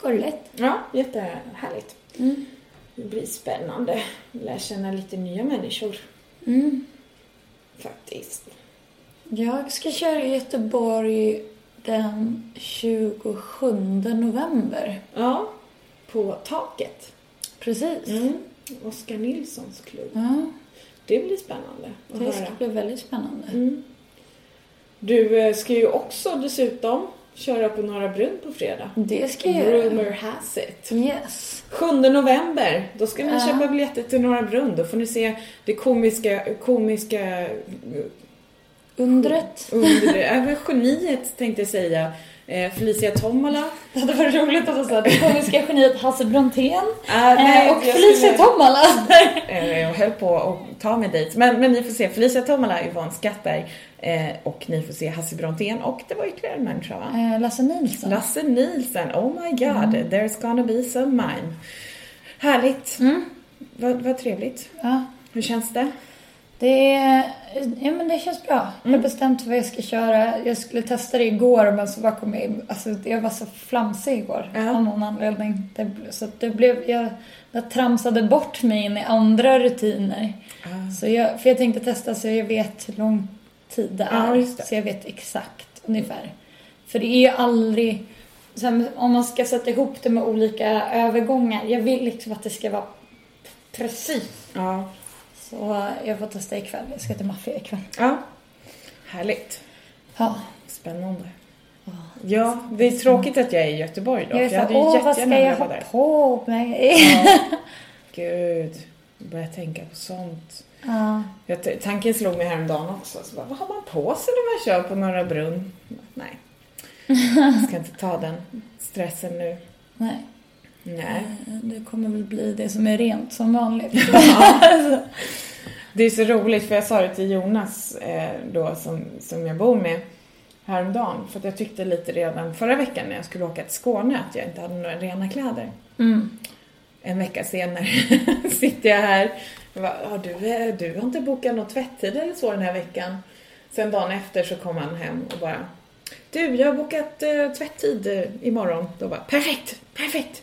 [SPEAKER 2] Gulligt.
[SPEAKER 1] Ja, jättehärligt.
[SPEAKER 2] Mm.
[SPEAKER 1] Det blir spännande. Lär känna lite nya människor
[SPEAKER 2] Mm.
[SPEAKER 1] faktiskt.
[SPEAKER 2] Jag ska köra i Göteborg den 27 november.
[SPEAKER 1] Ja, på taket.
[SPEAKER 2] Precis.
[SPEAKER 1] Mm. Oskar Nilssons klubb.
[SPEAKER 2] Ja,
[SPEAKER 1] Det blir spännande att
[SPEAKER 2] det ska
[SPEAKER 1] höra.
[SPEAKER 2] bli väldigt spännande.
[SPEAKER 1] Mm. Du eh, ska ju också dessutom köra på Norra Brunn på fredag.
[SPEAKER 2] Det ska jag göra.
[SPEAKER 1] Rumor has it.
[SPEAKER 2] Yes.
[SPEAKER 1] 7 november, då ska ni
[SPEAKER 2] Ja.
[SPEAKER 1] köpa biljetter till Norra Brunn. Då får ni se det komiska, komiska eh,
[SPEAKER 2] Undret. <laughs>
[SPEAKER 1] under, även geniet tänkte jag säga. Eh, Felicia Tomala.
[SPEAKER 2] Det hade varit roligt att säga det komiska geniet Hasse Brontén
[SPEAKER 1] nej,
[SPEAKER 2] eh, och
[SPEAKER 1] jag
[SPEAKER 2] Felicia
[SPEAKER 1] skulle-
[SPEAKER 2] Tomala.
[SPEAKER 1] Eh, Jag höll på att ta mig dit. Men, men ni får se Felicia Tomala, Yvonne Skattberg eh, och ni får se Hasse Brontén och det var ytterligare en människa va?
[SPEAKER 2] Eh, Lasse Nilsson.
[SPEAKER 1] Lasse Nielsen, oh my god, there's gonna be some mime. Härligt,
[SPEAKER 2] Mm.
[SPEAKER 1] vad, vad trevligt.
[SPEAKER 2] Ja.
[SPEAKER 1] Hur känns det?
[SPEAKER 2] Det, är, ja, men det känns bra. Jag har
[SPEAKER 1] Mm.
[SPEAKER 2] bestämt vad jag ska köra. Jag skulle testa det igår men så bara kom jag in. Alltså, jag var så flamsig igår
[SPEAKER 1] Ja.
[SPEAKER 2] av någon anledning. Det, så att det blev, jag, jag tramsade bort mig in i andra rutiner.
[SPEAKER 1] Mm.
[SPEAKER 2] Så jag, för jag tänkte testa så jag vet hur lång tid det
[SPEAKER 1] Ja,
[SPEAKER 2] är.
[SPEAKER 1] just det.
[SPEAKER 2] Så jag vet exakt ungefär. För det är ju aldrig... Sen, om man ska sätta ihop det med olika övergångar. Jag vill liksom att det ska vara precis
[SPEAKER 1] Ja.
[SPEAKER 2] så jag får testa ikväll. Jag ska till maffia ikväll.
[SPEAKER 1] ja, härligt.
[SPEAKER 2] Ja.
[SPEAKER 1] Spännande. Ja, det är tråkigt att jag är i Göteborg då.
[SPEAKER 2] Ah. Jag är
[SPEAKER 1] för jag
[SPEAKER 2] såhär,
[SPEAKER 1] hade ju
[SPEAKER 2] åh vad ska
[SPEAKER 1] jättegärna
[SPEAKER 2] jag <laughs>
[SPEAKER 1] velat vara
[SPEAKER 2] ha
[SPEAKER 1] där.
[SPEAKER 2] på mig?
[SPEAKER 1] Ja. Gud. börja tänka på sånt.
[SPEAKER 2] <laughs> Ja.
[SPEAKER 1] Jag, t- tanken slog mig häromdagen också. Så bara, vad har man på sig när man kör på Norra Brunn? Nej, jag ska inte ta den stressen nu.
[SPEAKER 2] Nej.
[SPEAKER 1] Nej.
[SPEAKER 2] Det kommer väl bli det som är rent som vanligt.
[SPEAKER 1] Det är så roligt för jag sa det till Jonas eh, då som, som jag bor med häromdagen. För att jag tyckte lite redan förra veckan när jag skulle åka till Skåne att jag inte hade några rena kläder.
[SPEAKER 2] Mm.
[SPEAKER 1] En vecka senare <laughs> sitter jag här. Jag bara, "Ja, du, eh, du har inte bokat någon tvättid eller så den här veckan. Sen dagen efter så kom han hem och bara Du, jag har bokat eh, tvättid eh, imorgon. Då bara perfekt, perfekt.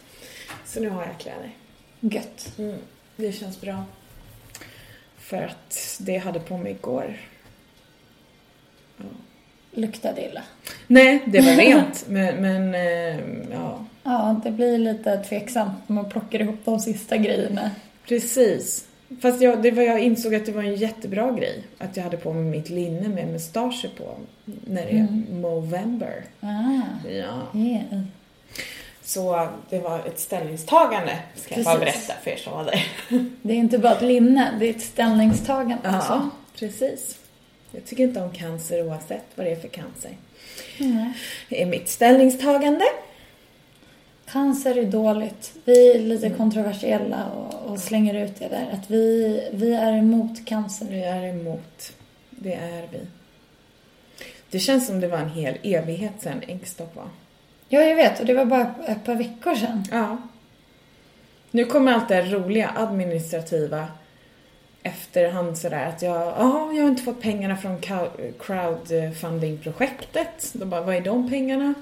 [SPEAKER 1] Så nu har jag kläder.
[SPEAKER 2] Gött.
[SPEAKER 1] Mm, det känns bra. För att det jag hade på mig igår.
[SPEAKER 2] Luktade illa.
[SPEAKER 1] Nej, det var rent. <laughs> men, men eh, ja,
[SPEAKER 2] Ja, det blir lite tveksamt när man plockar ihop de sista grejerna.
[SPEAKER 1] precis. Fast jag, det var, jag insåg att det var en jättebra grej. Att jag hade på mig mitt linne med mustascher på. När det är
[SPEAKER 2] Mm.
[SPEAKER 1] Movember.
[SPEAKER 2] Ah,
[SPEAKER 1] Ja.
[SPEAKER 2] yeah.
[SPEAKER 1] Så det var ett ställningstagande, ska jag bara
[SPEAKER 2] Precis.
[SPEAKER 1] berätta för er som var där.
[SPEAKER 2] Det är inte bara ett linne, det är ett ställningstagande också.
[SPEAKER 1] precis. Jag tycker inte om cancer oavsett vad det är för cancer.
[SPEAKER 2] Mm.
[SPEAKER 1] Det är mitt ställningstagande.
[SPEAKER 2] Cancer är dåligt. Vi är lite kontroversiella och, och slänger ut det där. Att vi, vi är emot cancer.
[SPEAKER 1] Vi är emot. Det är vi. Det känns som det var en hel evighet sedan Äggstopp var.
[SPEAKER 2] Ja, jag vet. Och det var bara ett par veckor sedan.
[SPEAKER 1] Ja. Nu kommer allt det här roliga administrativa efterhand sådär att jag, ja, jag har inte fått pengarna från cow- crowdfunding-projektet. Då bara, vad är de pengarna?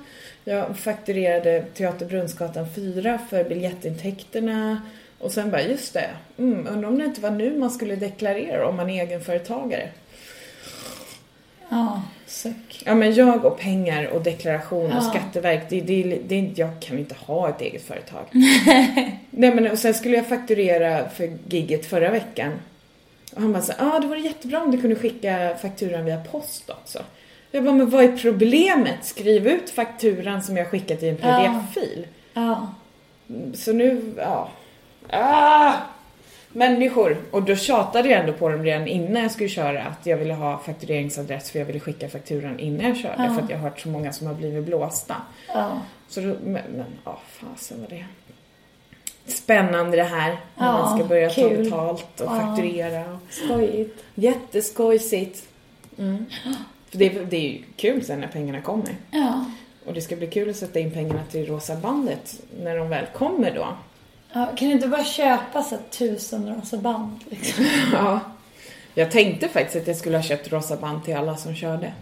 [SPEAKER 1] Jag fakturerade Teater Brunnsgatan 4 för biljettintäkterna och sen bara, just det, mm, undrar om det inte var nu man skulle deklarera om man är egenföretagare.
[SPEAKER 2] Ja, suck.
[SPEAKER 1] Ja men jag och pengar och deklaration och
[SPEAKER 2] Ja.
[SPEAKER 1] skatteverk, det, det, det, är- jag kan inte ha ett eget
[SPEAKER 2] <laughs>
[SPEAKER 1] företag. Nej men och sen skulle jag fakturera för gigget förra veckan. Och han bara så, ja ah, det vore jättebra om du kunde skicka fakturan via post också. Jag bara, men vad är problemet? Skriv ut fakturan som jag skickat i en
[SPEAKER 2] Ja.
[SPEAKER 1] pdf-fil.
[SPEAKER 2] Ja.
[SPEAKER 1] Så nu, ja. Ah! Människor! Och då tjatade jag ändå på dem redan innan jag skulle köra att jag ville ha faktureringsadress för jag ville skicka fakturan innan jag körde
[SPEAKER 2] Ja.
[SPEAKER 1] för att jag har hört så många som har blivit blåsta.
[SPEAKER 2] ja.
[SPEAKER 1] Så då, men, men ja, fasen var det. Spännande det här när
[SPEAKER 2] Ja,
[SPEAKER 1] man ska börja ta
[SPEAKER 2] kul.
[SPEAKER 1] betalt och
[SPEAKER 2] Ja.
[SPEAKER 1] fakturera. Och...
[SPEAKER 2] Skojigt.
[SPEAKER 1] Jätteskojsigt! Mm. För det, är- det är ju kul sen när pengarna kommer.
[SPEAKER 2] Ja.
[SPEAKER 1] Och det ska bli kul att sätta in pengarna till Rosa bandet när de väl kommer då.
[SPEAKER 2] Ja, kan du inte bara köpa så här, tusen rosa band? Liksom? <laughs>
[SPEAKER 1] Ja. Jag tänkte faktiskt att jag skulle ha köpt rosa band till alla som körde.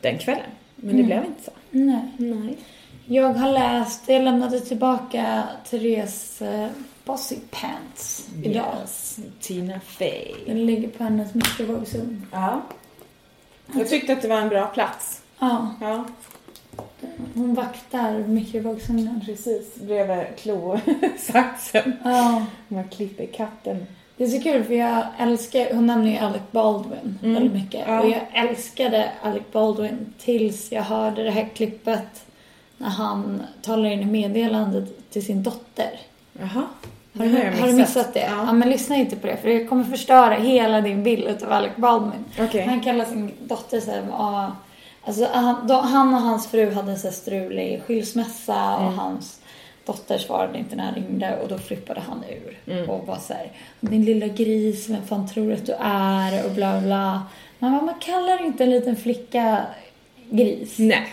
[SPEAKER 1] Den kvällen. Men det
[SPEAKER 2] Mm.
[SPEAKER 1] blev inte så.
[SPEAKER 2] Nej.
[SPEAKER 1] Nej.
[SPEAKER 2] Jag har läst, jag lämnade tillbaka Therese eh, Bossy Pants idag.
[SPEAKER 1] Tina Fey.
[SPEAKER 2] Den ligger på hennes mikrovågsugn.
[SPEAKER 1] Ja.
[SPEAKER 2] Mm.
[SPEAKER 1] Jag tyckte att det var en bra plats.
[SPEAKER 2] Ja,
[SPEAKER 1] Ja,
[SPEAKER 2] hon vaktar mikrovågsugnen.
[SPEAKER 1] precis. Bredvid <laughs> klosaxen.
[SPEAKER 2] Ja.
[SPEAKER 1] Man klipper katten.
[SPEAKER 2] Det är så kul för jag älskar, hon nämner ju Alec Baldwin
[SPEAKER 1] Mm.
[SPEAKER 2] väldigt mycket.
[SPEAKER 1] Ja.
[SPEAKER 2] Och jag älskade Alec Baldwin tills jag hörde det här klippet när han talar in i meddelandet till sin dotter.
[SPEAKER 1] Jaha.
[SPEAKER 2] Har du, har du missat det? Ja.
[SPEAKER 1] Ja.
[SPEAKER 2] men lyssna inte på det för det kommer förstöra hela din bild av Alec Baldwin.
[SPEAKER 1] Okej.
[SPEAKER 2] Han kallar sin dotter så här, ah, alltså, han, då, han och hans fru hade en så här strulig skilsmässa och hans dotter svarade inte när han ringde och då flippade han ur och var så här, din lilla gris, vem fan tror att du är och bla bla. Men man kallar inte en liten flicka gris.
[SPEAKER 1] Nej.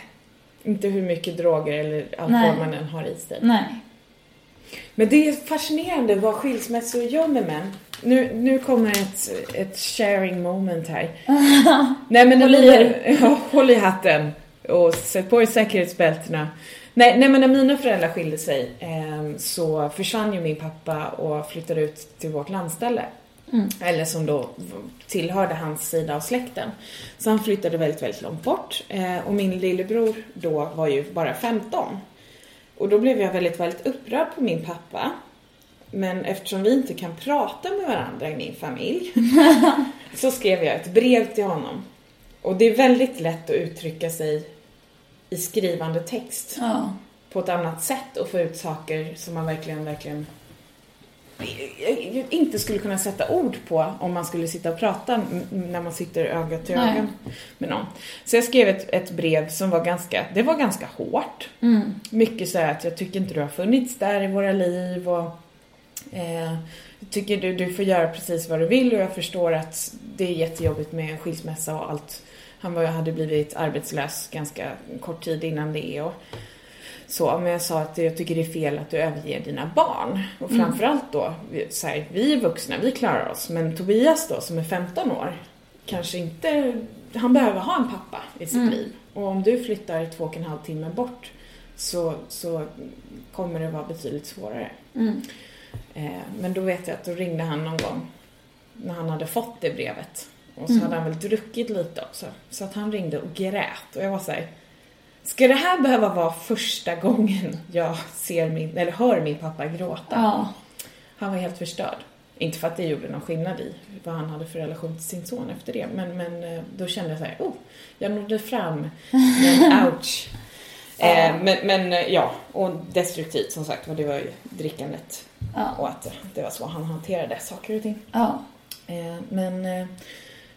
[SPEAKER 1] Inte hur mycket droger eller alkohol
[SPEAKER 2] Nej.
[SPEAKER 1] man än har i sig.
[SPEAKER 2] <laughs> Nej.
[SPEAKER 1] Men det är fascinerande vad skilsmässor gör med män. Nu, nu kommer ett, ett sharing moment här. Nej men
[SPEAKER 2] Håll i
[SPEAKER 1] Amir, <laughs> ja, håll i hatten och sätt på er säkerhetsbältena. Nej, nej men när mina föräldrar skilde sig eh, så försvann ju min pappa och flyttade ut till vårt landställe.
[SPEAKER 2] Mm.
[SPEAKER 1] Eller som då v- tillhörde hans sida av släkten. Så han flyttade väldigt, väldigt långt bort. Eh, och min lillebror då var ju bara 15. Och då blev jag väldigt, väldigt upprörd på min pappa. Men eftersom vi inte kan prata med varandra i min familj så skrev jag ett brev till honom. Och det är väldigt lätt att uttrycka sig i skrivande text
[SPEAKER 2] Ja.
[SPEAKER 1] på ett annat sätt och få ut saker som man verkligen, verkligen inte skulle kunna sätta ord på om man skulle sitta och prata m- när man sitter öga till
[SPEAKER 2] Nej.
[SPEAKER 1] öga med någon. Så jag skrev ett, ett brev som var ganska, det var ganska hårt.
[SPEAKER 2] Mm.
[SPEAKER 1] Mycket så här att jag tycker inte du har funnits där i våra liv och eh, jag tycker du, du får göra precis vad du vill och jag förstår att det är jättejobbigt med skilsmässa och allt. Han var, hade blivit arbetslös ganska kort tid innan det och så, men jag sa att jag tycker det är fel att du överger dina barn. Och
[SPEAKER 2] Mm.
[SPEAKER 1] framförallt då, vi- så här, vi är vuxna, vi klarar oss, men Tobias då som är 15 år, kanske inte, han behöver ha en pappa i sitt
[SPEAKER 2] Mm.
[SPEAKER 1] liv. Och om du flyttar två och en halv timme bort så, så kommer det vara betydligt svårare.
[SPEAKER 2] Mm.
[SPEAKER 1] Eh, men då vet jag att då ringde han någon gång när han hade fått det brevet. Och så
[SPEAKER 2] Mm.
[SPEAKER 1] hade han väl druckit lite också. Så att han ringde och grät. Och jag var så här. Ska det här behöva vara första gången jag ser min, eller hör min pappa gråta?
[SPEAKER 2] Ja.
[SPEAKER 1] Han var helt förstörd. Inte för att det gjorde någon skillnad i vad han hade för relation till sin son efter det. Men, men eh, då kände jag så här, oh, jag nådde fram. Men ouch.
[SPEAKER 2] <laughs> Ja.
[SPEAKER 1] Eh, men, men eh, ja, och destruktivt som sagt var det var ju drickandet
[SPEAKER 2] Ja.
[SPEAKER 1] och att det var så han hanterade saker och ting.
[SPEAKER 2] ja.
[SPEAKER 1] Eh, Men eh,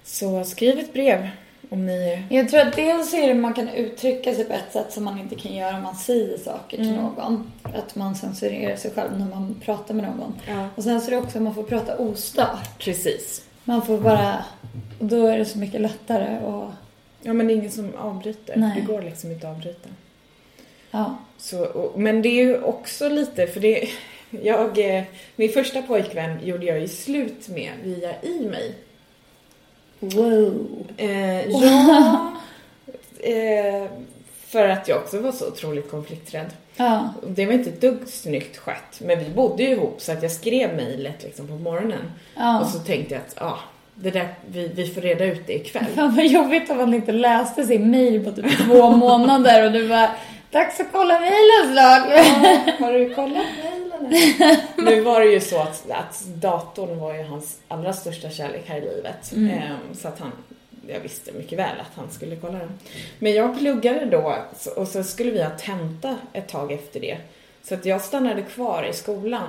[SPEAKER 1] så skriv ett brev om ni...
[SPEAKER 2] Jag tror att dels är det man kan uttrycka sig på ett sätt som man inte kan göra om man säger saker till
[SPEAKER 1] Mm.
[SPEAKER 2] någon. Att man censurerar sig själv när man pratar med någon.
[SPEAKER 1] Ja.
[SPEAKER 2] Och sen så är det också att man får prata ostört.
[SPEAKER 1] Precis.
[SPEAKER 2] Man får bara... Och då är det så mycket lättare och...
[SPEAKER 1] Ja men det är ingen som avbryter.
[SPEAKER 2] Nej.
[SPEAKER 1] Det går liksom inte att avbryta.
[SPEAKER 2] Ja.
[SPEAKER 1] Så, och, men det är ju också lite, för det... Jag, eh, min första pojkvän gjorde jag ju slut med via e-mail.
[SPEAKER 2] Wow.
[SPEAKER 1] Eh, ja, eh, för att jag också var så otroligt konflikträdd.
[SPEAKER 2] Ja.
[SPEAKER 1] Och Det var inte ett dugg snyggt skött, men vi bodde ju ihop så att jag skrev mejlet liksom på morgonen. Och
[SPEAKER 2] Ja.
[SPEAKER 1] så tänkte jag att ja, det där, vi, vi får reda ut det ikväll.
[SPEAKER 2] <laughs> Fan vad jobbigt om man inte läste sin mail på typ två <laughs> månader och du bara Dags att kolla mejlen snart.
[SPEAKER 1] Har du kollat mejlen? <laughs> nu var det ju så att, att datorn var ju hans allra största kärlek här i livet.
[SPEAKER 2] Mm.
[SPEAKER 1] Ehm, så att han, jag visste mycket väl att han skulle kolla den. Men jag pluggade då så- och så skulle vi ha tenta ett tag efter det. Så att jag stannade kvar i skolan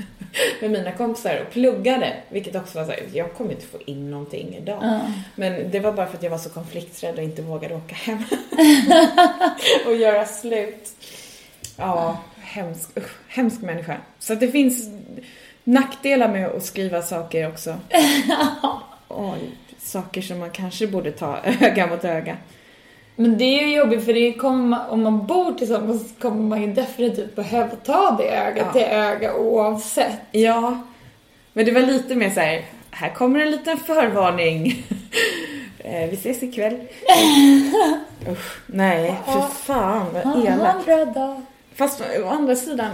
[SPEAKER 1] <laughs> med mina kompisar och pluggade. Vilket också var såhär, jag kommer inte få in någonting idag.
[SPEAKER 2] <laughs> Ja.
[SPEAKER 1] Men det var bara för att jag var så konflikträdd och inte vågade åka hem. och göra slut. Ja, hemsk, usch, hemsk människa. Så att det finns nackdelar med att skriva saker också. och saker som man kanske borde ta öga mot öga.
[SPEAKER 2] Men det är ju jobbigt för det kommer man, om man bor tillsammans så kommer man ju definitivt behöva ta det öga
[SPEAKER 1] Ja.
[SPEAKER 2] till öga oavsett.
[SPEAKER 1] Ja, men det var lite mer så här, här kommer en liten förvarning. <laughs> Eh, Vi ses ikväll. Usch, nej, fy fan vad elakt.
[SPEAKER 2] Ha en bra dag.
[SPEAKER 1] Fast å andra sidan,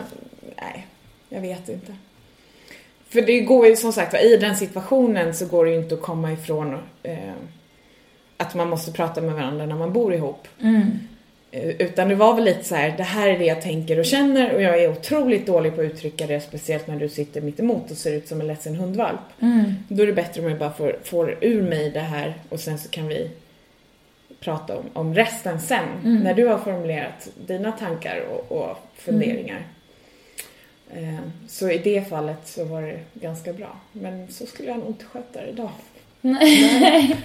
[SPEAKER 1] nej, jag vet inte. För det går ju som sagt i den situationen så går det ju inte att komma ifrån eh, att man måste prata med varandra när man bor ihop.
[SPEAKER 2] Mm.
[SPEAKER 1] Eh, Utan det var väl lite så här, det här är det jag tänker och känner och jag är otroligt dålig på att uttrycka det, speciellt när du sitter mitt emot och ser ut som en ledsen hundvalp.
[SPEAKER 2] Mm.
[SPEAKER 1] Då är det bättre om jag bara får, får ur mig det här och sen så kan vi prata om, om resten sen.
[SPEAKER 2] Mm.
[SPEAKER 1] När du har formulerat dina tankar och, och funderingar. Eh, Så i det fallet så var det ganska bra. Men så skulle jag nog inte sköta det idag.
[SPEAKER 2] Nej.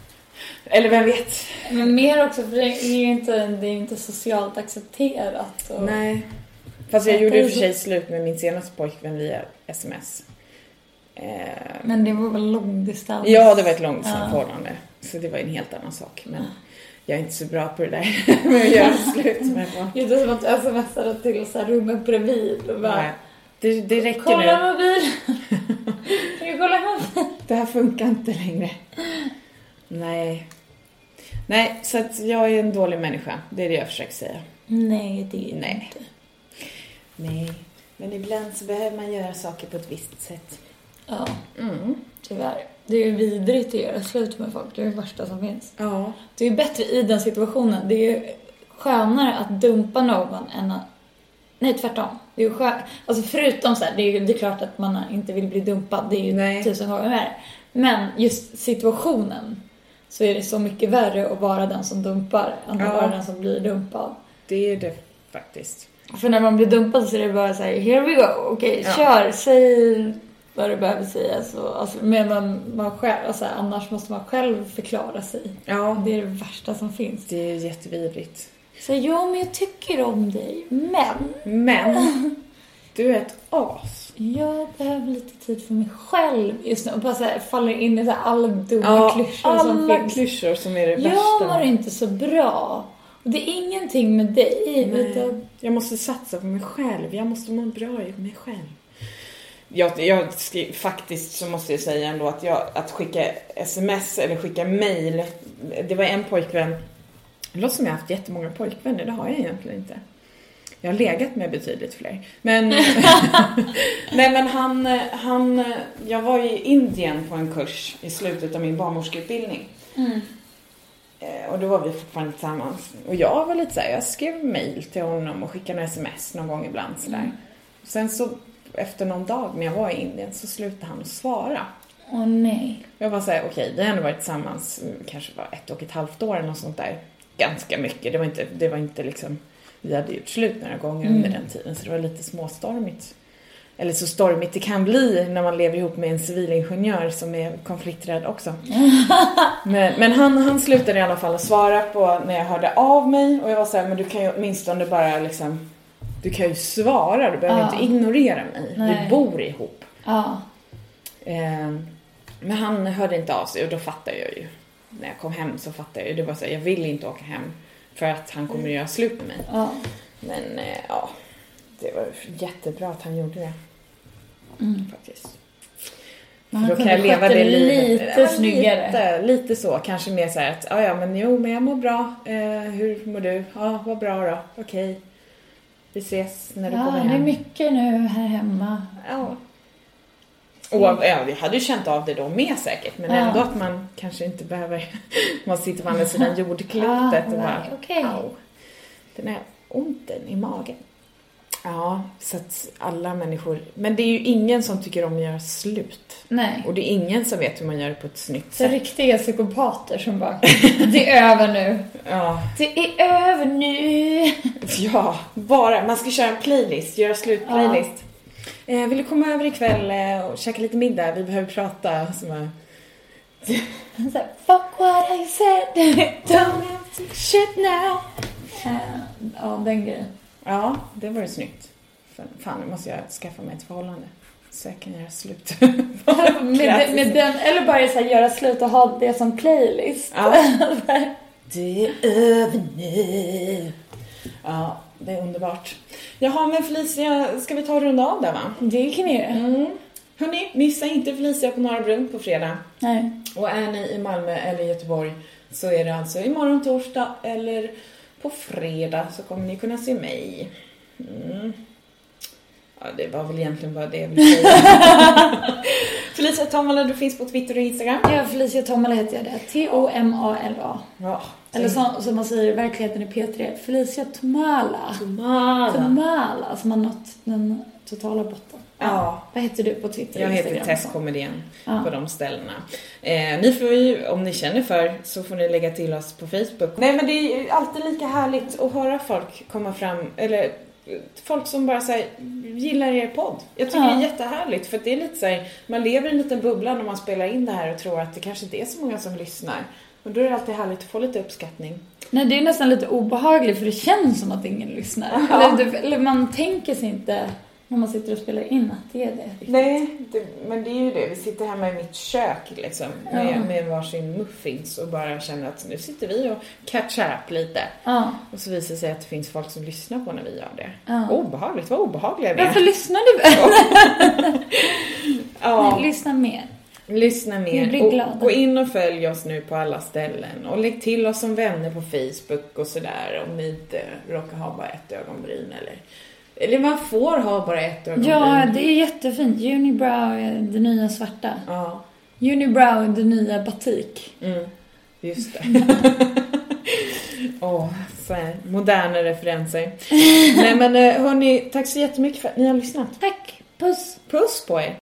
[SPEAKER 2] <laughs>
[SPEAKER 1] Eller vem vet?
[SPEAKER 2] Men mer också för det är ju inte, det är ju inte socialt accepterat. Och...
[SPEAKER 1] Nej. Fast jag
[SPEAKER 2] Att
[SPEAKER 1] gjorde
[SPEAKER 2] det
[SPEAKER 1] i
[SPEAKER 2] är
[SPEAKER 1] och för
[SPEAKER 2] så-
[SPEAKER 1] sig slut med min senaste pojkvän via sms. Eh,
[SPEAKER 2] Men det var väl långdistans?
[SPEAKER 1] Ja, det var ett långt
[SPEAKER 2] Ja.
[SPEAKER 1] förhållande. Så det var en helt annan sak. Men jag är inte så bra på det där <laughs> med att göra slut med folk.
[SPEAKER 2] Just det, som att jag smsade till så här, rummet bredvid och bara
[SPEAKER 1] Nej, Det, det räcker nu.
[SPEAKER 2] Kolla mobilen! Kan du kolla mobilen?
[SPEAKER 1] Det här funkar inte längre. Nej. Nej, så att jag är en dålig människa. Det är det jag försöker säga.
[SPEAKER 2] Nej, det är
[SPEAKER 1] Nej. Nej. Men ibland så behöver man göra saker på ett visst sätt.
[SPEAKER 2] Ja,
[SPEAKER 1] Mm.
[SPEAKER 2] tyvärr. Det är ju vidrigt att göra slut med folk. Det är det värsta som finns.
[SPEAKER 1] Ja.
[SPEAKER 2] Det är ju bättre i den situationen. Det är ju skönare att dumpa någon än att... Nej, tvärtom. Det är ju skö... Alltså förutom så här, det är ju det är klart att man inte vill bli dumpad. Det är ju
[SPEAKER 1] Nej.
[SPEAKER 2] tusen gånger värre. Men just situationen så är det så mycket värre att vara den som dumpar än att
[SPEAKER 1] Ja.
[SPEAKER 2] vara den som blir dumpad.
[SPEAKER 1] Det är det faktiskt.
[SPEAKER 2] För när man blir dumpad så är det bara så här, here we go, okej,
[SPEAKER 1] Ja.
[SPEAKER 2] kör, säg vad du behöver säga. Så, alltså, medan man själv, alltså, annars måste man själv förklara sig.
[SPEAKER 1] Ja,
[SPEAKER 2] Det är det värsta som finns.
[SPEAKER 1] det är jättevidrigt.
[SPEAKER 2] Så ja, men jag tycker om dig, men
[SPEAKER 1] Men, du är ett as.
[SPEAKER 2] jag behöver lite tid för mig själv just nu. Och bara så här, faller in i så här alla dumma klyschor som
[SPEAKER 1] alla
[SPEAKER 2] finns.
[SPEAKER 1] klyschor som är det
[SPEAKER 2] jag mår
[SPEAKER 1] värsta.
[SPEAKER 2] inte så bra. Och det är ingenting med dig,
[SPEAKER 1] Nej.
[SPEAKER 2] utan
[SPEAKER 1] Jag måste satsa på mig själv. Jag måste må bra i mig själv. Jag, jag skri- faktiskt så måste jag säga ändå att, jag, att skicka sms eller skicka mail. Det var en pojkvän. Det låter som jag har haft jättemånga pojkvänner. Det har jag egentligen inte. Jag har legat med betydligt fler. Men, nej men han, han, jag var i Indien på en kurs i slutet av min barnmorskeutbildning.
[SPEAKER 2] Mm.
[SPEAKER 1] Eh, Och då var vi fortfarande tillsammans. Och jag var lite såhär, jag skrev mail till honom och skickade några sms någon gång ibland sådär.
[SPEAKER 2] Mm.
[SPEAKER 1] Sen så efter någon dag när jag var i Indien så slutade han att svara.
[SPEAKER 2] Åh nej.
[SPEAKER 1] Jag var såhär, okej vi har ändå varit tillsammans mm, kanske var ett och ett halvt år eller något sånt där. Ganska mycket, det var inte, det var inte liksom, vi hade gjort slut några gånger
[SPEAKER 2] Mm.
[SPEAKER 1] under den tiden så det var lite småstormigt. Eller så stormigt det kan bli när man lever ihop med en civilingenjör som är konflikträdd
[SPEAKER 2] <laughs>
[SPEAKER 1] också. Men, men han, han slutade i alla fall att svara på när jag hörde av mig och jag var såhär, men du kan ju åtminstone bara liksom Du kan ju svara, du behöver
[SPEAKER 2] Ja.
[SPEAKER 1] inte ignorera mig.
[SPEAKER 2] Nej.
[SPEAKER 1] Vi bor ihop.
[SPEAKER 2] Ja.
[SPEAKER 1] Eh, men han hörde inte av sig och då fattade jag ju. När jag kom hem så fattade jag ju. Det var såhär, jag vill inte åka hem för att han
[SPEAKER 2] Mm.
[SPEAKER 1] kommer att göra slut med mig.
[SPEAKER 2] ja.
[SPEAKER 1] Men eh, ja, det var jättebra att han gjorde det
[SPEAKER 2] Mm.
[SPEAKER 1] faktiskt.
[SPEAKER 2] Men
[SPEAKER 1] För
[SPEAKER 2] han
[SPEAKER 1] då kan jag
[SPEAKER 2] kunde
[SPEAKER 1] leva
[SPEAKER 2] skött
[SPEAKER 1] det livet.
[SPEAKER 2] lite
[SPEAKER 1] Ja, Lite,
[SPEAKER 2] snyggare.
[SPEAKER 1] lite så. Kanske mer så här att, ja ja men jo men jag mår bra. Eh, hur mår du? Ja, vad bra då. Okej. Vi ses när du
[SPEAKER 2] ja,
[SPEAKER 1] kommer
[SPEAKER 2] det är
[SPEAKER 1] hem.
[SPEAKER 2] mycket nu här hemma.
[SPEAKER 1] Ja. Och ja, vi hade ju känt av det då med säkert. Men
[SPEAKER 2] Ja.
[SPEAKER 1] ändå att man kanske inte behöver, <laughs> man sitter på andra sidan jordklotet
[SPEAKER 2] Ah,
[SPEAKER 1] och bara,
[SPEAKER 2] nej, okej.
[SPEAKER 1] au. Den här onten i magen. Ja, så att alla människor, men det är ju ingen som tycker om att göra slut.
[SPEAKER 2] Nej.
[SPEAKER 1] Och det är ingen som vet hur man gör det på ett snyggt
[SPEAKER 2] Så
[SPEAKER 1] sätt.
[SPEAKER 2] riktiga psykopater som bara, det är över nu.
[SPEAKER 1] <laughs> Ja,
[SPEAKER 2] Det är över nu.
[SPEAKER 1] ja, bara. Man ska köra en playlist, göra slut-playlist. Eh, vill du komma över ikväll eh, och käka lite middag? Vi behöver prata. Så bara,
[SPEAKER 2] Så här, Fuck what I said. Don't have shit now. Eh, Ja, den grejen.
[SPEAKER 1] ja, det var ju snyggt. Fan, Fan, nu måste jag skaffa mig ett förhållande. Så jag kan göra slut. <laughs>
[SPEAKER 2] Med, med den, eller bara så här, göra slut och ha det som playlist.
[SPEAKER 1] Ja. Det är över nu. Ja, det är underbart. Jaha, men Felicia, ska vi ta och runda av där va?
[SPEAKER 2] Det kan ni göra.
[SPEAKER 1] Mm. Hörni, missa inte Felicia på Norra Brunn på fredag.
[SPEAKER 2] Nej.
[SPEAKER 1] Och är ni i Malmö eller Göteborg så är det alltså imorgon torsdag eller på fredag så kommer ni kunna se mig. Mm. Ja, det var väl egentligen bara det jag ville säga. <laughs> Felicia Tomala, du finns på Twitter och Instagram.
[SPEAKER 2] Ja, Felicia Tomala heter jag det. T-O-M-A-L-A.
[SPEAKER 1] Ja,
[SPEAKER 2] Eller som, som man säger i verkligheten i P3, Felicia Tomala.
[SPEAKER 1] Tomala.
[SPEAKER 2] Tomala, som har nått den totala botten.
[SPEAKER 1] Ja,
[SPEAKER 2] Vad heter du på Twitter?
[SPEAKER 1] jag
[SPEAKER 2] och
[SPEAKER 1] heter
[SPEAKER 2] Instagram?
[SPEAKER 1] Tess Komedien på
[SPEAKER 2] Ja.
[SPEAKER 1] de ställena. Eh, ni får ju, om ni känner för, så får ni lägga till oss på Facebook. Nej men det är ju alltid lika härligt att höra folk komma fram, eller eh, folk som bara säger gillar er podd. Jag tycker
[SPEAKER 2] Ja.
[SPEAKER 1] det är jättehärligt för att det är lite så här, man lever i en liten bubbla när man spelar in det här och tror att det kanske inte är så många som lyssnar. Och då är det alltid härligt att få lite uppskattning.
[SPEAKER 2] Nej, det är nästan lite obehagligt för det känns som att ingen lyssnar.
[SPEAKER 1] Ja.
[SPEAKER 2] Eller, det, eller man tänker sig inte när man sitter och spelar in att det är det. riktigt.
[SPEAKER 1] Nej, det, men det är ju det. Vi sitter hemma i mitt kök liksom med,
[SPEAKER 2] Ja.
[SPEAKER 1] med varsin muffins och bara känner att nu sitter vi och catch up lite.
[SPEAKER 2] Ja,
[SPEAKER 1] Och så visar det sig att det finns folk som lyssnar på när vi gör det.
[SPEAKER 2] ja.
[SPEAKER 1] Obehagligt, vad obehagliga vi
[SPEAKER 2] Varför
[SPEAKER 1] är.
[SPEAKER 2] lyssnar du?
[SPEAKER 1] Ja,
[SPEAKER 2] <laughs> Nej, lyssna mer.
[SPEAKER 1] lyssna
[SPEAKER 2] Vi
[SPEAKER 1] mer.
[SPEAKER 2] blir glada.
[SPEAKER 1] Och gå in och följ oss nu på alla ställen. Och lägg till oss som vänner på Facebook och sådär om ni inte råkar ha bara ett ögonbryn eller... Eller man får ha bara ett ögonbryn.
[SPEAKER 2] Ja, det är jättefint. Unibrow är det nya svarta.
[SPEAKER 1] Ja,
[SPEAKER 2] Unibrow är det nya batik.
[SPEAKER 1] mm. Just det.
[SPEAKER 2] <laughs>
[SPEAKER 1] Åh, så här, moderna
[SPEAKER 2] <laughs>
[SPEAKER 1] referenser. Nej men eh, hörni, tack så jättemycket för att ni har lyssnat.
[SPEAKER 2] Tack, puss!
[SPEAKER 1] Puss på er!